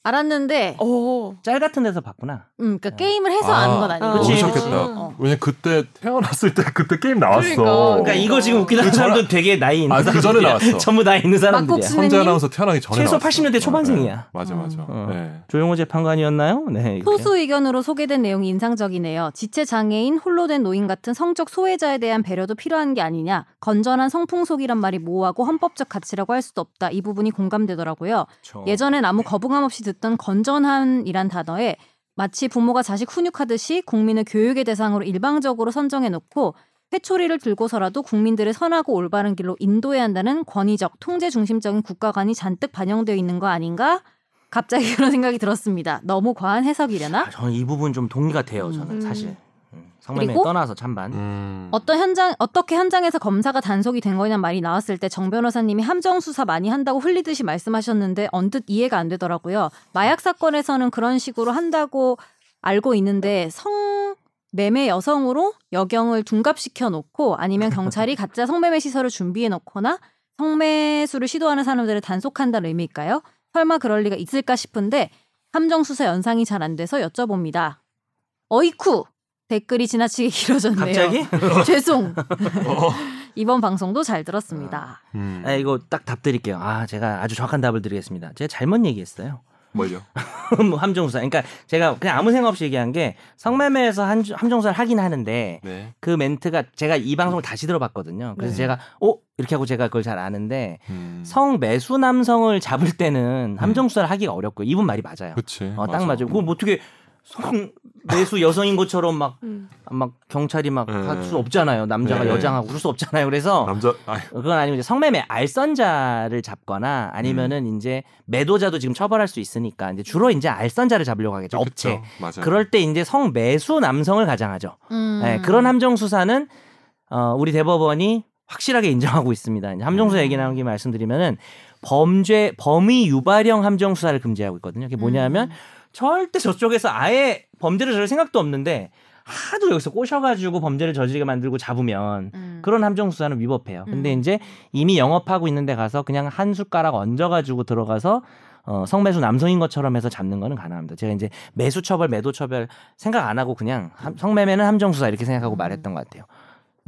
S4: 알았는데,
S1: 어.
S2: 짤 같은 데서 봤구나.
S4: 음, 그러니까 게임을 해서 아는 건 아니고.
S2: 어. 그치, 음.
S3: 모르셨겠다.
S1: 그치.
S4: 어.
S3: 왜냐 그때 태어났을 때 그때 게임 나왔어.
S1: 그러니까.
S2: 그러니까 이거 지금 웃기는 사람도 되게 나이 있는
S3: 아, 그 전에
S2: 사람들이야. [laughs]
S3: 나왔어.
S2: 전부 나이 있는 사람들이야.
S4: 막국수.
S3: 선재
S4: 선생님?
S3: 아나운서 태어나기 전에
S2: 최소
S3: 나왔어.
S2: 80년대 초반생이야.
S3: 네.
S1: 음.
S3: 맞아 맞아.
S2: 어.
S3: 네.
S2: 조용호 재판관이었나요? 네. 이렇게.
S4: 소수 의견으로 소개된 내용이 인상적이네요. 지체 장애인, 홀로 된 노인 같은 성적 소외자에 대한 배려도 필요한 게 아니냐. 건전한 성풍속이란 말이 모호하고 헌법적 가치라고 할 수도 없다. 이 부분이 공감되더라고요.
S2: 그렇죠.
S4: 예전엔 아무 거부감 없이 듣던 건전한이란 단어에 마치 부모가 자식 훈육하듯이 국민을 교육의 대상으로 일방적으로 선정해 놓고 회초리를 들고서라도 국민들을 선하고 올바른 길로 인도해야 한다는 권위적 통제 중심적인 국가관이 잔뜩 반영되어 있는 거 아닌가? 갑자기 [laughs] 그런 생각이 들었습니다. 너무 과한 해석이려나?
S2: 아, 저는 이 부분 좀 동의가 돼요. 저는
S1: 음.
S2: 사실 음, 성매매
S4: 그리고?
S2: 떠나서 찬반.
S3: 음.
S4: 어떤 현장 어떻게 현장에서 검사가 단속이 된 거냐 말이 나왔을 때 정 변호사님이 함정 수사 많이 한다고 흘리듯이 말씀하셨는데 언뜻 이해가 안 되더라고요. 마약 사건에서는 그런 식으로 한다고 알고 있는데 성 매매 여성으로 여경을 둔갑시켜 놓고 아니면
S2: [laughs]
S4: 경찰이 가짜 성매매 시설을 준비해 놓거나 성매수를 시도하는 사람들을 단속한다는 의미일까요? 설마 그럴 리가 있을까 싶은데 함정 수사 연상이 잘 안 돼서 여쭤봅니다. 어이쿠 댓글이 지나치게 길어졌네요.
S2: 갑자기?
S4: 죄송. 이번 방송도 잘 들었습니다.
S3: 어. 음.
S2: 아, 이거 딱 답 드릴게요. 아, 제가 아주 정확한 답을 드리겠습니다. 제가 잘못 얘기했어요.
S3: 뭐죠?
S2: 뭐 함정수사. 그러니까 제가 그냥 아무 생각 없이 얘기한 게 성매매에서 한- 함정수사를 하긴 하는데
S3: 네.
S2: 그 멘트가 제가 이 방송을 다시 들어봤거든요. 그래서
S3: 네.
S2: 제가 어 이렇게 하고 제가 그걸 잘 아는데
S3: 음.
S2: 성매수 남성을 잡을 때는 함정수사를 하기가 어렵고요. 이분 말이 맞아요.
S3: 네. 그치.
S2: 어, 딱 맞아요. 그뭐 어떻게 성매수 여성인 것처럼 막
S1: 음.
S2: 막 경찰이 막
S3: 네.
S2: 할 수 없잖아요. 남자가
S3: 네.
S2: 여장하고 그럴 수 없잖아요. 그래서
S3: 남자. 아,
S2: 그건 아니고 이제 성매매 알선자를 잡거나 아니면은 이제 매도자도 지금 처벌할 수 있으니까 이제 주로 이제 알선자를 잡으려고 하겠죠. 업체.
S3: 맞아.
S2: 그럴 때 이제 성매수 남성을 가장하죠.
S4: 음.
S2: 네, 그런 함정 수사는 어, 우리 대법원이 확실하게 인정하고 있습니다. 이제 함정 수사 얘기 나온 김에 말씀드리면은 범죄 범위 유발형 함정 수사를 금지하고 있거든요. 그게 뭐냐면
S4: 음.
S2: 절대 저쪽에서 아예 범죄를 저질 생각도 없는데 하도 여기서 꼬셔가지고 범죄를 저지르게 만들고 잡으면 그런 함정 수사는 위법해요. 근데
S4: 음.
S2: 이제 이미 영업하고 있는데 가서 그냥 한 숟가락 얹어가지고 들어가서 어, 성매수 남성인 것처럼 해서 잡는 거는 가능합니다. 제가 이제 매수 처벌, 매도 처벌 생각 안 하고 그냥 함- 성매매는 함정 수사 이렇게 생각하고 말했던 것 같아요.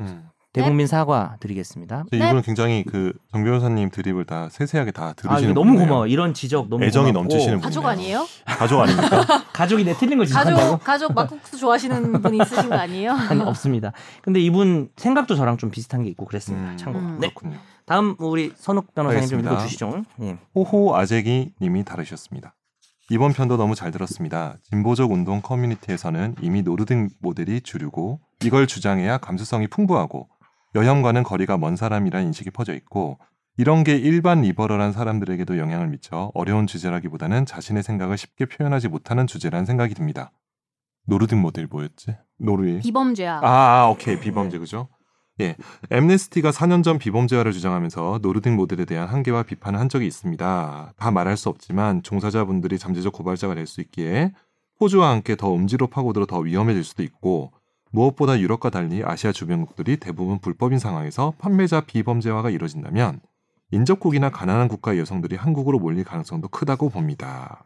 S3: 음.
S4: 네.
S2: 대국민 사과 드리겠습니다.
S3: 근데 네, 이분은 굉장히 그정 변호사님 드립을 다 세세하게
S2: 네.
S3: 다
S2: 아,
S3: 들으시는
S2: 이거 너무
S3: 분이네요.
S2: 고마워. 이런 지적 너무
S3: 애정이
S2: 고맙고.
S3: 넘치시는 분.
S4: 가족 아니에요?
S2: 음.
S3: 가족 아닙니까?
S2: [laughs] 가족이 내 틀린 걸 지적한다고? [laughs]
S4: 가족 가족 막국수 좋아하시는 분 있으신 거 아니에요?
S2: 아니 없습니다. 근데 이분 생각도 저랑 좀 비슷한 게 있고 그랬습니다.
S3: 음.
S2: 참고로.
S4: 음.
S2: 네.
S3: 그렇군요.
S2: 다음 우리 선욱 변호사님
S3: 알겠습니다.
S2: 좀 읽어주시죠. 예.
S3: 호호 아재기 님이 다루셨습니다. 이번 편도 너무 잘 들었습니다. 진보적 운동 커뮤니티에서는 이미 노르딕 모델이 주류고 이걸 주장해야 감수성이 풍부하고 여혐과는 거리가 먼 사람이란 인식이 퍼져 있고 이런 게 일반 리버럴한 사람들에게도 영향을 미쳐 어려운 주제라기보다는 자신의 생각을 쉽게 표현하지 못하는 주제라는 생각이 듭니다. 노르딕 모델 뭐였지? 노르웨이.
S4: 비범죄야.
S3: 아, 아, 오케이. 비범죄 그죠? 예. 엠네스티가 4년 전 비범죄화를 주장하면서 노르딕 모델에 대한 한계와 비판을 한 적이 있습니다. 다 말할 수 없지만 종사자분들이 잠재적 고발자가 될 수 있기에 호주와 함께 더 음지로 파고들어 더 위험해질 수도 있고 무엇보다 유럽과 달리 아시아 주변국들이 대부분 불법인 상황에서 판매자 비범죄화가 이루어진다면 인접국이나 가난한 국가 여성들이 한국으로 몰릴 가능성도 크다고 봅니다.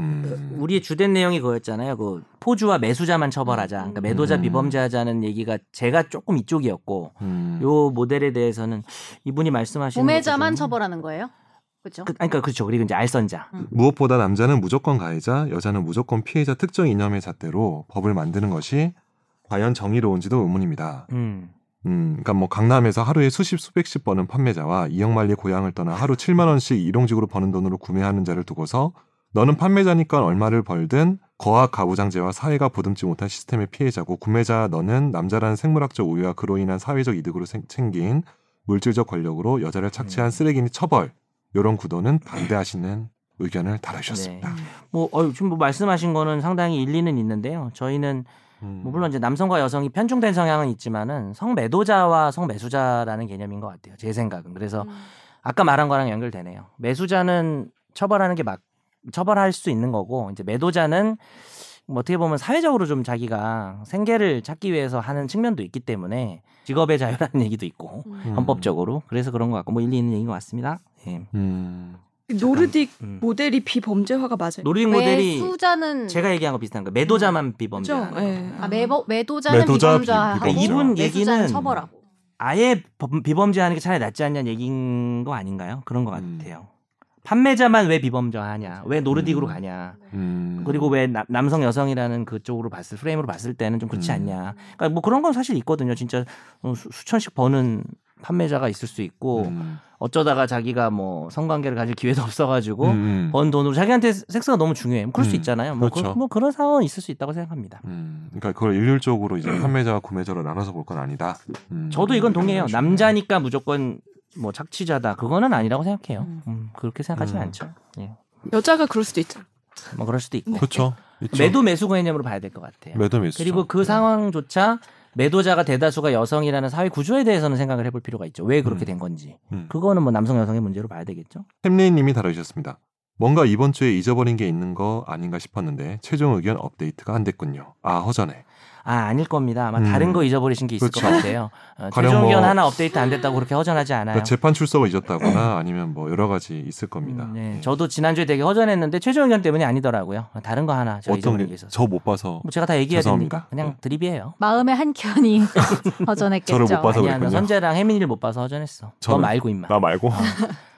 S3: 음.
S2: 우리의 주된 내용이 그거였잖아요. 그 포주와 매수자만 처벌하자. 그러니까 매도자
S3: 음.
S2: 비범죄하자는 얘기가 제가 조금 이쪽이었고
S3: 음.
S2: 요 모델에 대해서는 이분이 말씀하시는
S4: 구매자만
S2: 것도 좀-
S4: 처벌하는 거예요? 그렇죠?
S2: 그, 그러니까 그렇죠. 그리고 이제 알선자.
S3: 무엇보다 남자는 무조건 가해자, 여자는 무조건 피해자 특정 이념의 잣대로 법을 만드는 것이 과연 정의로운지도 의문입니다.
S2: 음.
S3: 음, 그러니까 뭐 강남에서 하루에 수십 수백씩 버는 판매자와 이영만리 고향을 떠나 하루 7만 원씩 일용직으로 버는 돈으로 구매하는 자를 두고서 너는 판매자니까 얼마를 벌든 거학 가부장제와 사회가 보듬지 못한 시스템의 피해자고 구매자 너는 남자라는 생물학적 우유와 그로 인한 사회적 이득으로 생- 챙긴 물질적 권력으로 여자를 착취한
S2: 음.
S3: 쓰레기니 처벌 이런 구도는 반대하시는 의견을 달아주셨습니다.
S2: 네. 뭐 어, 지금 뭐 말씀하신 거는 상당히 일리는 있는데요. 저희는
S3: 음.
S2: 뭐 물론 이제 남성과 여성이 편중된 성향은 있지만은 성매도자와 성매수자라는 개념인 것 같아요. 제 생각은. 그래서 아까 말한 거랑 연결되네요. 매수자는 처벌하는 게 막 처벌할 수 있는 거고 이제 매도자는 뭐 어떻게 보면 사회적으로 좀 자기가 생계를 찾기 위해서 하는 측면도 있기 때문에 직업의 자유라는 [laughs] 얘기도 있고
S3: 음.
S2: 헌법적으로 그래서 그런 것 같고 뭐 일리 있는 얘기인 것 같습니다. 예.
S3: 음.
S1: 노르딕
S2: 음.
S1: 모델이 비범죄화가 맞아요.
S2: 노린 모델이
S4: 매수자는
S2: 제가 얘기한 거 비슷한 거 매도자만 비범죄.
S1: 그렇죠? 예.
S4: 아, 매보, 매도자는
S3: 매도자 그러니까
S4: 비범죄하고
S3: 비-
S2: 비범죄. 이분
S4: 매수자는
S2: 얘기는
S4: 처벌하고.
S2: 아예 범- 비범죄하는 게 차라리 낫지 않냐는 얘기인 거 아닌가요? 그런 것
S3: 음.
S2: 같아요. 판매자만 왜 비범죄하냐? 왜 노르딕으로
S3: 음.
S2: 가냐?
S3: 음.
S2: 그리고 왜 나- 남성 여성이라는 그쪽으로 봤을 프레임으로 봤을 때는 좀 그렇지
S3: 음.
S2: 않냐? 그러니까 뭐 그런 건 사실 있거든요. 진짜 어, 수, 수천씩 버는 판매자가 있을 수 있고
S3: 음.
S2: 어쩌다가 자기가 뭐 성관계를 가질 기회도 없어가지고
S3: 음.
S2: 번 돈으로 자기한테 섹스가 너무 중요해. 뭐 그럴 수
S3: 음.
S2: 있잖아요. 뭐, 그
S3: 그렇죠.
S2: 뭐 그런 상황은 있을 수 있다고 생각합니다.
S3: 음, 그러니까 그걸 일률적으로 이제 판매자와 구매자로 나눠서 볼 건 아니다. 음.
S2: 저도 이건 동의해요.
S3: 그렇죠.
S2: 남자니까 무조건 뭐 착취자다. 그거는 아니라고 생각해요.
S4: 음.
S2: 음, 그렇게 생각하지는
S3: 음.
S2: 않죠. 예.
S1: 여자가 그럴 수도 있죠.
S2: 뭐 그럴 수도 있고.
S3: 그렇죠. 있죠.
S2: 매도 매수 개념으로 봐야 될 것 같아요.
S3: 매도 매수.
S2: 그리고 그 상황조차 매도자가 대다수가 여성이라는 사회 구조에 대해서는 생각을 해볼 필요가 있죠. 왜 그렇게
S3: 음.
S2: 된 건지.
S3: 음.
S2: 그거는 뭐 남성 여성의 문제로 봐야 되겠죠.
S3: 햄레이님이 다루셨습니다. 뭔가 이번 주에 잊어버린 게 있는 거 아닌가 싶었는데 최종 의견 업데이트가 안 됐군요. 아 허전해.
S2: 아 아닐 겁니다. 아마
S3: 음.
S2: 다른 거 잊어버리신 게 있을 것
S3: 그렇죠.
S2: 같아요. 어,
S3: 가령
S2: 최종 의견
S3: 뭐-
S2: 하나 업데이트 안 됐다고 그렇게 허전하지 않아요.
S3: 그러니까 재판 출석을 잊었다거나 아니면 뭐 여러 가지 있을 겁니다.
S2: 음, 네, 저도 지난주에 되게 허전했는데 최종 의견 때문이 아니더라고요. 다른 거 하나 제가
S3: 어떤
S2: 잊어버린 게
S3: 게?
S2: 있었어요.
S3: 저 못 봐서
S2: 뭐 제가 다 얘기해야
S3: 죄송합니다.
S2: 됩니까? 그냥
S3: 네.
S2: 드립이에요.
S4: 마음의 한 켠이 [laughs] 허전했겠죠.
S3: 저를 못 봐서
S2: 아니야, 나
S3: 그랬군요.
S2: 선재랑 혜민이를 못 봐서 허전했어. 너
S3: 저는-
S2: 말고 임마. [laughs]
S3: 나 말고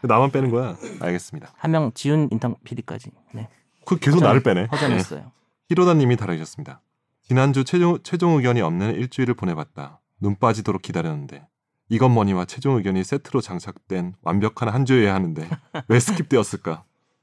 S3: 나만 빼는 거야. 알겠습니다.
S2: 한 명 지훈 인턴 PD까지. 네.
S3: 그 계속
S2: 허전-
S3: 나를 빼네.
S2: 허전했어요.
S3: 히로다님이 다루셨습니다. 지난주 최종, 최종 의견이 없는 일주일을 보내봤다. 눈 빠지도록 기다렸는데 이것 뭐니와 최종 의견이 세트로 장착된 완벽한 한 주여야
S2: [laughs]
S3: 하는데 왜 스킵되었을까?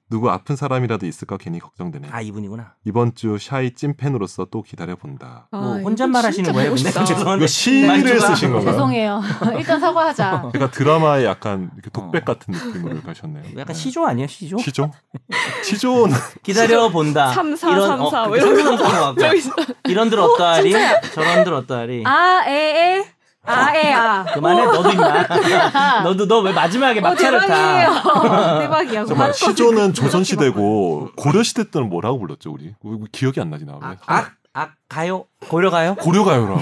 S3: 누구 아픈 사람이라도 있을까 괜히 걱정되네.
S2: 아 이분이구나.
S3: 이번 주 샤이 찐팬으로서 또 기다려본다.
S1: 아,
S2: 뭐 혼잣말 하시는 거예요,
S1: [laughs]
S2: 근데 [laughs] 죄송한데 네.
S3: 이거 시를
S2: 말투가-
S3: 쓰신 건가요?
S4: 죄송해요. [laughs] 일단 사과하자.
S3: 그러니까 드라마에 약간 이렇게 독백
S2: 어. 뭐
S3: 같은 느낌으로 가셨네요.
S2: 약간 시조 아니에요, 시조?
S3: 시조?
S2: [laughs]
S3: 시조는
S2: 기다려 본다. 어, 그
S1: 삼사, 삼사, 뭐 이런
S2: 이런 거. 이런들 어떠하리? 저런들 어떠하리?
S4: 아에에 아에아.
S2: 그만해 너도 임마. [laughs] 너도 너 왜 마지막에
S4: 어,
S2: 아, 막차를 타?
S4: 대박이에요. [laughs] 대박이야.
S2: 아,
S3: 정말 시조는 조선 시대고 고려 시대 때는 뭐라고 불렀죠 우리? 우리 기억이 안 나지 나. 왜?
S2: 악악 아, 가요 고려 가요?
S3: 고려가요라고.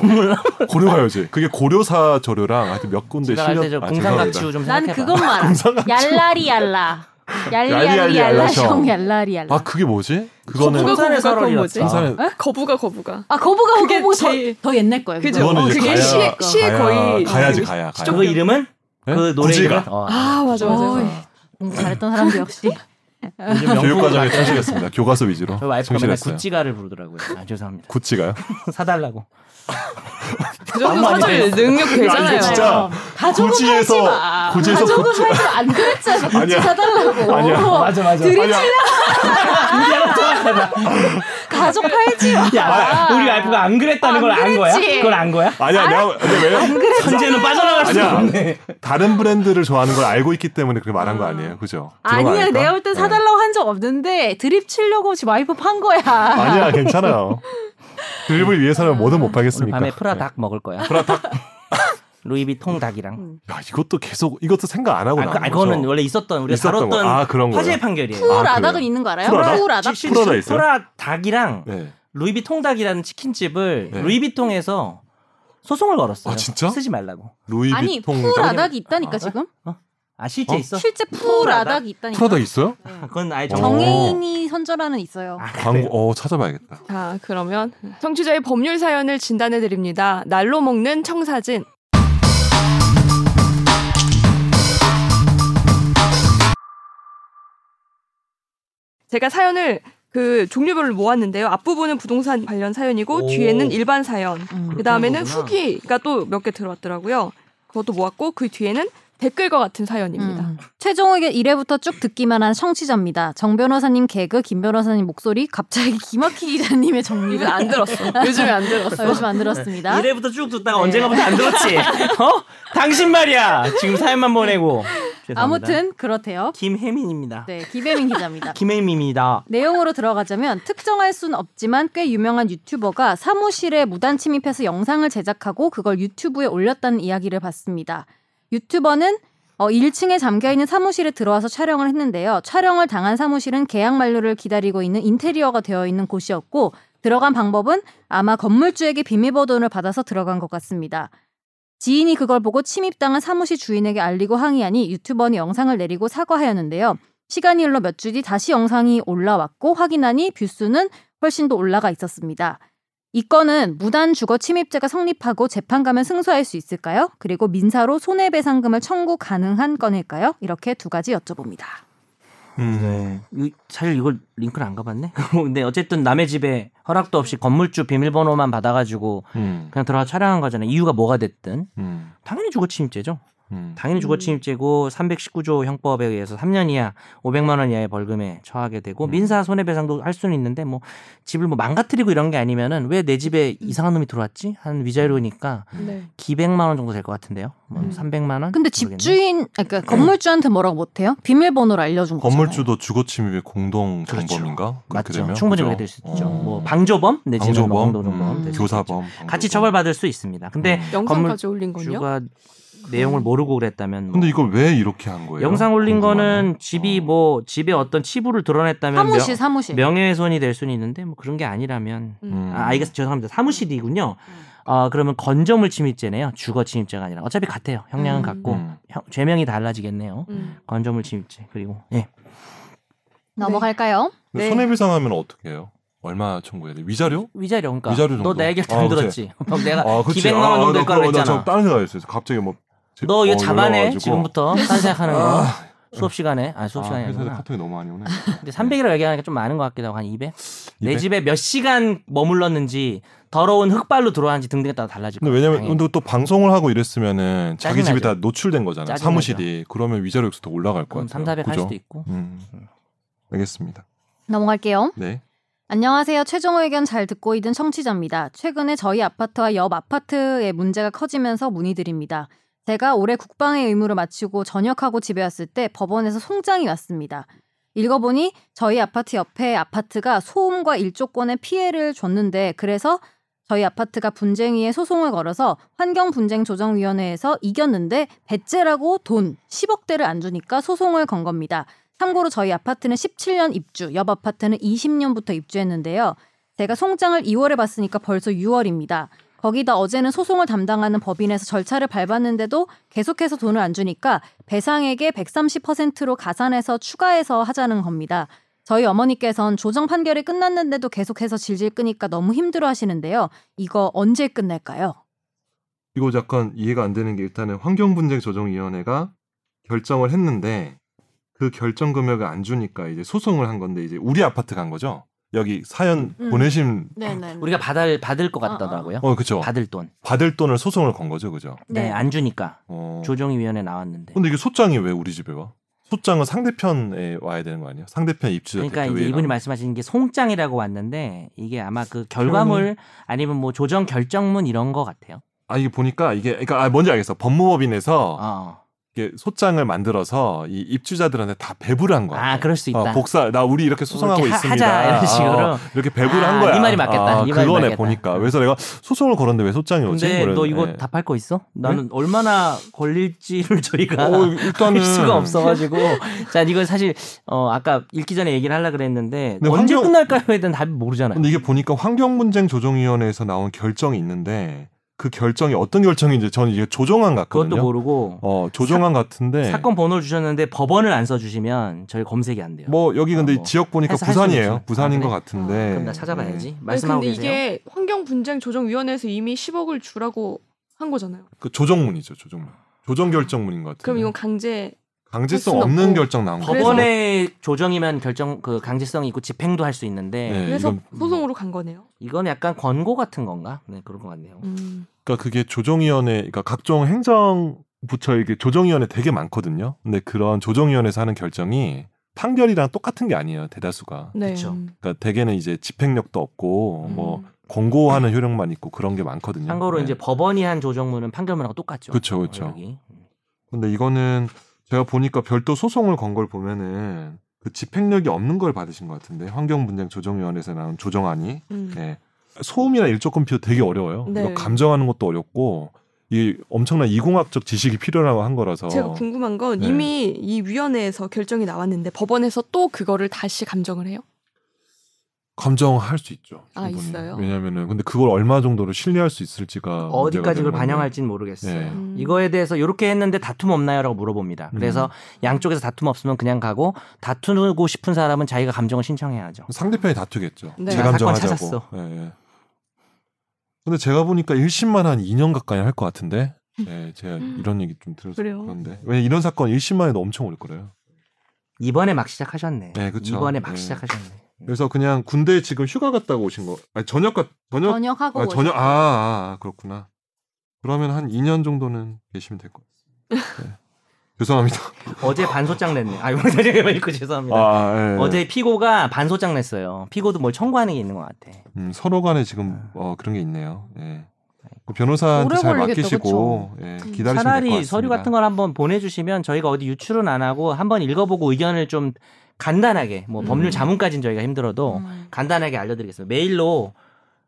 S2: [laughs]
S3: 고려가요제. 그게 고려사 저료랑 하여튼 몇 군데
S2: 집에 갈때 저
S3: 실려- 아,
S2: 공상각치우 좀
S4: 난
S2: 생각해봐.
S4: 그것만 알아. 얄라리 얄라. 얄리얄리
S3: 얄리얄리
S4: 얄라숑
S3: 얄라숑.
S4: 얄라리 얄라.
S3: 아 그게 뭐지? 그거는
S1: 거부가
S2: 풍산의 아,
S1: 거부가 그건
S2: 설월이었다.
S1: 뭐지?
S3: 풍산에
S1: [laughs] 거부가 거부가.
S4: 아 거부가
S1: 그게
S4: 거부
S1: 제일-
S4: 더더 옛날 거예요.
S1: 그죠?
S3: 그거는
S2: 어,
S3: 이제
S1: 그게
S3: 가야,
S1: 시의- 시의
S3: 가야,
S1: 거의-
S3: 가야지 가야 가야.
S2: 그 이름은
S3: 네?
S2: 그 노래
S3: 구지가.
S2: 이름은? 어.
S1: 아 맞아 맞아.
S4: 어이. 공부 잘했던 사람도 [laughs] 역시
S2: 요즘 명품
S3: 교육과정에 충실했습니다. 교과서 위주로
S2: 저희
S3: [laughs]
S2: 와이프가 맨날
S3: 충실했어요.
S2: 구찌가를 부르더라고요. 아,
S3: [laughs]
S2: 죄송합니다. [laughs]
S3: 구찌가요?
S2: 사달라고.
S1: 그 정도
S2: 아무 말이
S1: 사실 능력
S3: 아,
S2: 네.
S1: 되잖아요.
S3: 이거
S2: 어.
S3: 진짜
S4: 가족은
S3: 구찌에서-
S4: 하지 마.
S3: 구찌에서
S4: 가족은
S3: 구찌-
S4: 하지 마. 안 그랬잖아.
S3: [laughs]
S4: 구찌
S3: 아니야.
S4: 사달라고.
S3: 아니야.
S2: 맞아 맞아.
S4: 들이치려. 가족 팔지요.
S2: 야, 우리 와이프가 안 그랬다는 걸 안 거야?
S4: 그랬지.
S2: 그걸 안 거야?
S3: 아니야, 내가 근데 왜
S2: 선재는 빠져나갈 수
S3: 아니야.
S2: 없네.
S3: 다른 브랜드를 좋아하는 걸 알고 있기 때문에 그렇게 말한 거 아니에요, 그죠? 그런 거
S5: 아니야,
S3: 아닐까?
S5: 내가 볼 땐
S3: 네.
S5: 사달라고 한 적 없는데 드립 치려고 지금 와이프 판 거야.
S2: [laughs]
S3: 아니야, 괜찮아요. 드립을 위해서는 뭐든 못
S2: 오늘
S3: 팔겠습니까? 네.
S2: 밤에 프라닭 먹을 거야. 프라닭. [laughs] 루이비통 닭이랑.
S3: 네. 야, 이것도 계속 이것도 생각 안 하고
S2: 아,
S3: 나온
S2: 그,
S3: 거죠.
S2: 아, 그거는 원래 있었던 우리가
S3: 그렇죠. 있었던
S2: 다뤘던
S3: 거. 아, 그런 거예요?
S2: 화제의 판결이에요.
S3: 아, 그래요?
S5: 풀아닥은 있는 거 알아요?
S3: 풀아닥?
S5: 풀아닥?
S2: 시-
S3: 프라다 있어요?
S2: 프라닭이랑
S3: 네.
S2: 루이비통 닭이라는 치킨집을
S3: 네.
S2: 루이비통에서 소송을 걸었어요.
S3: 아, 진짜?
S2: 쓰지 말라고.
S5: 아니
S3: 루이비통
S5: 풀아닥이 있다니까 지금?
S2: 아 실제
S3: 어?
S2: 있어?
S5: 실제 풀아닥이 있다니까.
S3: 프라다 있어요?
S2: 아, 그건 아예
S3: 어.
S2: 정.
S4: 정해인이 선전하는 있어요.
S2: 아, 그래요?
S3: 광고 어 찾아봐야겠다.
S1: 자, 그러면 청취자의 법률 사연을 진단해 드립니다. 날로 먹는 청사진. 제가 사연을 그 종류별로 모았는데요. 앞부분은 부동산 관련 사연이고
S2: 오.
S1: 뒤에는 일반 사연.
S4: 음.
S1: 그 다음에는
S2: 거구나.
S1: 후기가 또 몇 개 들어왔더라고요. 그것도 모았고 그 뒤에는 댓글과 같은 사연입니다.
S4: 음. 최종 의견 1회부터 쭉 듣기만 한 청취자입니다. 정 변호사님 개그, 김 변호사님 목소리, 갑자기 김학희 기자님의 정리를 안 들었어.
S1: [laughs] 요즘에 안 들어.
S4: 아, 요즘 안 들었습니다.
S2: 네.
S4: 네.
S2: 이래부터 쭉 듣다가 언젠가부터 안
S4: [laughs]
S2: 들었지. 어? 당신 말이야. 지금 사연만 보내고. 죄송합니다.
S4: 아무튼 그렇대요.
S2: 김혜민입니다.
S4: 네, 기배민 기자입니다.
S2: 김혜민입니다.
S4: 내용으로 들어가자면 특정할 순 없지만 꽤 유명한 유튜버가 사무실에 무단 침입해서 영상을 제작하고 그걸 유튜브에 올렸다는 이야기를 봤습니다. 유튜버는 어, 1층에 잠겨있는 사무실에 들어와서 촬영을 했는데요. 촬영을 당한 사무실은 계약 만료를 기다리고 있는 인테리어가 되어 있는 곳이었고 들어간 방법은 아마 건물주에게 비밀번호를 받아서 들어간 것 같습니다. 지인이 그걸 보고 침입당한 사무실 주인에게 알리고 항의하니 유튜버는 영상을 내리고 사과하였는데요. 시간이 흘러 몇 주 뒤 다시 영상이 올라왔고 확인하니 뷰수는 훨씬 더 올라가 있었습니다. 이 건은 무단 주거 침입죄가 성립하고 재판 가면 승소할 수 있을까요? 그리고 민사로 손해배상금을 청구 가능한 건일까요? 이렇게 두 가지 여쭤봅니다.
S3: 음,
S2: 네. 이- 사실 이걸 링크를 안 가봤네. [laughs] 근데 어쨌든 남의 집에 허락도 없이 건물주 비밀번호만 받아가지고
S3: 음,
S2: 그냥 들어가 촬영한 거잖아요. 이유가 뭐가 됐든
S3: 음,
S2: 당연히 주거침입죄죠.
S3: 음.
S2: 당연히
S1: 음.
S2: 주거침입죄고 319조 형법에 의해서 3년 이하 500만 원 이하의 벌금에 처하게 되고
S3: 음.
S2: 민사 손해배상도 할 수는 있는데 뭐 집을 뭐 망가뜨리고 이런 게 아니면은 왜 내 집에
S4: 음.
S2: 이상한 놈이 들어왔지? 한 위자료니까
S1: 네.
S2: 기백만 원 정도 될 것 같은데요. 뭐
S4: 음.
S2: 300만 원? 모르겠네.
S4: 근데 집주인, 아니, 그러니까 건물주한테 뭐라고 못해요? 비밀번호를 알려준 거잖아요.
S3: 건물주도 주거 침입의 공동
S2: 그렇죠.
S3: 정범인가? 그렇게
S2: 맞죠.
S3: 되면?
S2: 충분히
S3: 그죠?
S2: 그렇게 될 수 있죠.
S4: 음.
S3: 어.
S2: 뭐 방조범 내지는 뭐
S3: 방조범,
S2: 공동조범
S3: 음,
S2: 될수 있죠.
S3: 교사범,
S2: 같이
S3: 방조범.
S2: 처벌받을 수 있습니다. 근데
S3: 음.
S1: 영상까지 올린 건요?
S2: 주가
S4: 음.
S2: 내용을 모르고 그랬다면 뭐
S3: 근데 이걸 왜 이렇게 한 거예요?
S2: 영상 올린
S3: 궁금하네.
S2: 거는 집이
S3: 어.
S2: 뭐 집에 어떤 치부를 드러냈다면
S4: 음. 사무실, 사무실.
S2: 명, 예훼손이될 수는 있는데 뭐 그런 게 아니라면
S3: 음.
S2: 아 이게 죄송합니다 사무실이군요. 아 그러면 건조물 침입죄네요. 주거 침입죄가 아니라 어차피 같아요. 형량은
S4: 음.
S2: 같고
S3: 음.
S2: 형- 죄명이 달라지겠네요.
S1: 음.
S2: 건조물 침입죄 그리고 예
S4: 넘어갈까요?
S3: 근데
S1: 네.
S3: 손해배상하면 어떻게 해요? 얼마 청구해야 돼? 위자료?
S2: 위자료 그러니까
S3: 위자료 정도.
S2: 너 내 얘기
S3: 아,
S2: 안
S3: 그치.
S2: 들었지. 어, 그럼 내가
S3: 아, 그치.
S2: 200만 원 정도
S3: 나
S2: 될 거라고
S3: 그거- 나저
S2: 했잖아.
S3: 다른 생각했어요. 갑자기 뭐. 제-
S2: 너 이거
S3: 어,
S2: 잡아내
S3: 놀라가지고. [laughs]
S2: 지금부터 딴 생각하는 거
S3: 아,
S2: 수업 시간에 아 수업
S3: 아,
S2: 시간이
S3: 회사에서
S2: 아니구나
S3: 카톡이 너무 많이 오네.
S2: 근데 300이라고 얘기하니까 좀 많은 것 같기도 하고 한 200? 내
S3: 200?
S2: 집에 몇 시간 머물렀는지 더러운 흙발로 들어왔는지 등등에 따라 달라질
S3: 근데
S2: 거예요
S3: 왜냐면
S2: 당연히.
S3: 근데 또 방송을 하고 이랬으면은 자기 집이 다
S2: 짜증나죠.
S3: 노출된 거잖아.
S2: 짜증나죠.
S3: 사무실이. 그러면 위자료 역시 더 올라갈 것
S2: 그럼
S3: 같아요.
S2: 3, 400 할
S3: 그렇죠. 그죠?
S2: 수도 있고
S3: 음. 알겠습니다.
S4: 넘어갈게요.
S3: 네.
S4: 안녕하세요. 최종 의견 잘 듣고 있는 청취자입니다. 최근에 저희 아파트와 옆 아파트의 문제가 커지면서 문의드립니다. 제가 올해 국방의 의무를 마치고 전역하고 집에 왔을 때 법원에서 송장이 왔습니다. 읽어보니 저희 아파트 옆에 아파트가 소음과 일조권의 피해를 줬는데 그래서 저희 아파트가 분쟁위에 소송을 걸어서 환경분쟁조정위원회에서 이겼는데 배째라고 돈 10억대를 안 주니까 소송을 건 겁니다. 참고로 저희 아파트는 17년 입주, 옆 아파트는 20년부터 입주했는데요. 제가 송장을 2월에 봤으니까 벌써 6월입니다. 거기다 어제는 소송을 담당하는 법인에서 절차를 밟았는데도 계속해서 돈을 안 주니까 배상액의 130%로 가산해서 추가해서 하자는 겁니다. 저희 어머니께선 조정 판결이 끝났는데도 계속해서 질질 끄니까 너무 힘들어 하시는데요. 이거 언제 끝낼까요?
S3: 이거 약간 이해가 안 되는 게 일단은 환경분쟁조정위원회가 결정을 했는데 그 결정 금액을 안 주니까 이제 소송을 한 건데 이제 우리 아파트 간 거죠. 여기 사연
S4: 음.
S3: 보내신
S5: 네네.
S2: 우리가 받을, 받을 것 같더라고요
S3: 어 그죠.
S2: 받을 돈
S3: 받을 돈을 소송을 건 거죠, 그죠.
S2: 네,
S4: 네.
S2: 안 주니까
S3: 어.
S2: 조정위원회 나왔는데
S3: 근데 이게 소장이 왜 우리 집에 와? 소장은 상대편에 와야 되는 거 아니에요? 상대편 입주자
S2: 그러니까
S3: 대표
S2: 이제 이분이
S3: 회의랑.
S2: 말씀하시는 게 송장이라고 왔는데 이게 아마 그 결과물 아니면 뭐 조정 결정문 이런 거 같아요.
S3: 아 이게 보니까 이게 그러니까 아, 뭔지 알겠어. 법무법인에서
S2: 어.
S3: 이게 소장을 만들어서 이 입주자들한테 다 배부를 한 거야.
S2: 아 그럴 수 있다. 뭐
S3: 어, 복사 나 우리 이렇게 소송하고
S2: 이렇게 하-
S3: 있습니다.
S2: 하자, 이런 식으로.
S3: 어, 이렇게 배부를
S2: 아,
S3: 한 거야.
S2: 이 말이 맞겠다.
S3: 아,
S2: 이 말이
S3: 그거네
S2: 맞겠다.
S3: 보니까. 그래서 내가 소송을 걸었는데 왜 소장이 오지?
S2: 근데
S3: 그래,
S2: 너 이거
S3: 예.
S2: 답할 거 있어? 나는 얼마나 걸릴지를 [laughs] 저희가
S3: 어,
S2: 할
S3: 일단은
S2: 수가 없어가지고 자 이건 사실 어 아까 읽기 전에 얘기를 하려 그랬는데
S3: 근데
S2: 언제
S3: 환경-
S2: 끝날까요에 대한 답이 모르잖아요.
S3: 근데 이게 보니까 환경분쟁조정위원회에서 나온 결정이 있는데 그 결정이 어떤 결정인지 저는 이게 조정안 같거든요.
S2: 그것도 모르고
S3: 어 조정안 같은데
S2: 사건 번호를 주셨는데 법원을 안 써주시면 저희 검색이 안 돼요.
S3: 뭐 여기 근데
S2: 아, 뭐.
S3: 지역 보니까
S2: 해서 할수
S3: 부산이에요.
S2: 있지.
S3: 부산인
S2: 아,
S3: 것
S2: 그래?
S3: 같은데.
S2: 그럼 나 찾아봐야지.
S1: 아니,
S2: 말씀하고
S1: 네. 근데
S2: 계세요.
S1: 이게 환경분쟁조정위원회에서 이미 10억을 주라고 한 거잖아요.
S3: 예. 그 조정문이죠 조정문. 조정 결정문인 것 같은데.
S1: 그럼 이건 강제
S3: 강제성
S1: 할 수는
S3: 없는
S1: 없고.
S3: 결정 나온 거죠.
S2: 법원의 조정이면 결정 그 강제성이 있고 집행도 할 수 있는데
S3: 네,
S1: 그래서
S3: 이건-
S1: 소송으로 간 거네요.
S2: 이건 약간 권고 같은 건가? 네 그런 것 같네요.
S1: 음.
S3: 그러니까 그게 조정위원회, 그러니까 각종 행정부처 이게 조정위원회 되게 많거든요. 근데 그런 조정위원회에서 하는 결정이 판결이랑 똑같은 게 아니에요. 대다수가.
S1: 네.
S2: 그쵸.
S1: 음.
S3: 그러니까 대개는 이제 집행력도 없고 뭐
S1: 음.
S3: 권고하는 효력만 있고 그런 게 많거든요.
S2: 참고로
S3: 네.
S2: 이제 법원이 한 조정문은 판결문하고 똑같죠.
S3: 그쵸, 그쵸.
S2: 여기.
S3: 근데 이거는 제가 보니까 별도 소송을 건 걸 보면은 그 집행력이 없는 걸 받으신 것 같은데 환경분쟁조정위원회에서 나온 조정안이
S1: 음.
S3: 네. 소음이나 일조 금표 되게 어려워요.
S1: 네.
S3: 이거 감정하는 것도 어렵고 이 엄청난 이공학적 지식이 필요하고 한 거라서
S1: 제가 궁금한 건
S3: 네.
S1: 이미 이 위원회에서 결정이 나왔는데 법원에서 또 그거를 다시 감정을 해요?
S3: 감정할 수 있죠.
S1: 아,
S3: 충분히.
S1: 있어요?
S3: 왜냐면은 근데 그걸 얼마 정도로 신뢰할 수 있을지가 문제가
S2: 어디까지
S3: 되는
S2: 그걸
S3: 건데.
S2: 반영할지는 모르겠어요.
S3: 네. 음.
S1: 음.
S2: 이거에 대해서 이렇게 했는데 다툼 없나요라고 물어봅니다. 그래서 양쪽에서 다툼 없으면 그냥 가고 다투고 싶은 사람은 자기가 감정을 신청해야죠.
S3: 상대편이 다투겠죠.
S1: 네.
S2: 사건
S3: 재감정하자고.
S2: 찾았어.
S3: 예, 예. 근데 제가 보니까 1심만 한 2년 가까이 할 것 같은데. 예, 제가 이런 얘기 좀 들어서
S1: 음. 그래요?
S3: 그런데 왜냐 이런 사건 1심만 해도 엄청 오래 걸어요.
S2: 이번에 막 시작하셨네.
S3: 네, 그쵸.
S2: 이번에 막
S3: 네.
S2: 시작하셨네.
S3: 그래서 그냥 군대 지금 휴가 갔다가 오신 거. 아니 저녁 갔 저녁
S6: 번역하고
S4: 어,
S3: 아,
S6: 오셨-
S3: 전혀 아, 아, 아, 그렇구나. 그러면 한 2년 정도는 계시면 될 것 같습니다. 네. 죄송합니다.
S2: 어제 반소장 냈네. 아, 이거 제가 [laughs] 읽고 죄송합니다.
S3: 아, 예, 예.
S2: 네. 어제 피고가 반소장 냈어요. 피고도 뭘 청구하는 게 있는 것 같아.
S3: 음, 서로 간에 지금 어, 그런 게 있네요. 예. 그 변호사한테
S6: 오래
S3: 잘
S6: 걸리겠다,
S3: 맡기시고 예, 기다리시면 될 것
S2: 차라리
S3: 같습니다.
S2: 서류 같은 걸 한번 보내주시면 저희가 어디 유출은 안 하고 한번 읽어보고 의견을 좀 간단하게 뭐 법률 자문까지는 저희가 힘들어도
S4: 음.
S2: 간단하게 알려드리겠습니다. 메일로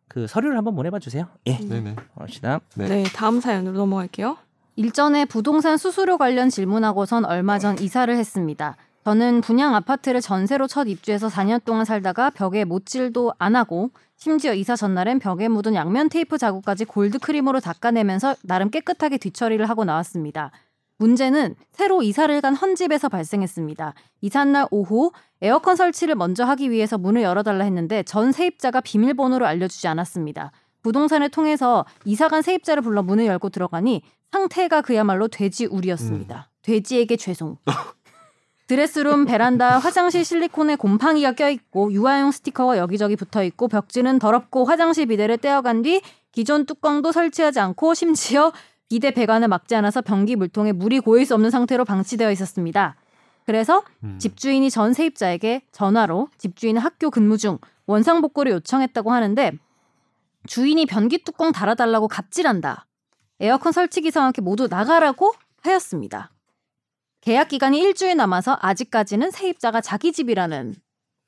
S2: 그 서류를 한번 보내봐 주세요. 예,
S3: 네네.
S2: 갑시다.
S3: 네.
S1: 음. 네, 다음 사연으로 넘어갈게요.
S4: 일전에 부동산 수수료 관련 질문하고선 얼마 전 이사를 했습니다. 저는 분양 아파트를 전세로 첫 입주해서 4년 동안 살다가 벽에 못질도 안 하고 심지어 이사 전날엔 벽에 묻은 양면 테이프 자국까지 골드 크림으로 닦아내면서 나름 깨끗하게 뒤처리를 하고 나왔습니다. 문제는 새로 이사를 간 헌집에서 발생했습니다. 이삿날 오후 에어컨 설치를 먼저 하기 위해서 문을 열어달라 했는데 전 세입자가 비밀번호를 알려주지 않았습니다. 부동산을 통해서 이사간 세입자를 불러 문을 열고 들어가니 상태가 그야말로 돼지 우리였습니다. 돼지에게 죄송. [laughs] 드레스룸, 베란다, 화장실 실리콘에 곰팡이가 껴있고 유아용 스티커가 여기저기 붙어있고 벽지는 더럽고 화장실 비데를 떼어간 뒤 기존 뚜껑도 설치하지 않고 심지어 비데 배관을 막지 않아서 변기 물통에 물이 고일 수 없는 상태로 방치되어 있었습니다. 그래서
S3: 음.
S4: 집주인이 전 세입자에게 전화로 집주인 학교 근무 중 원상복구를 요청했다고 하는데 주인이 변기 뚜껑 달아달라고 갑질한다. 에어컨 설치 기사와 함께 모두 나가라고 하였습니다. 계약 기간이 일주일 남아서 아직까지는 세입자가 자기 집이라는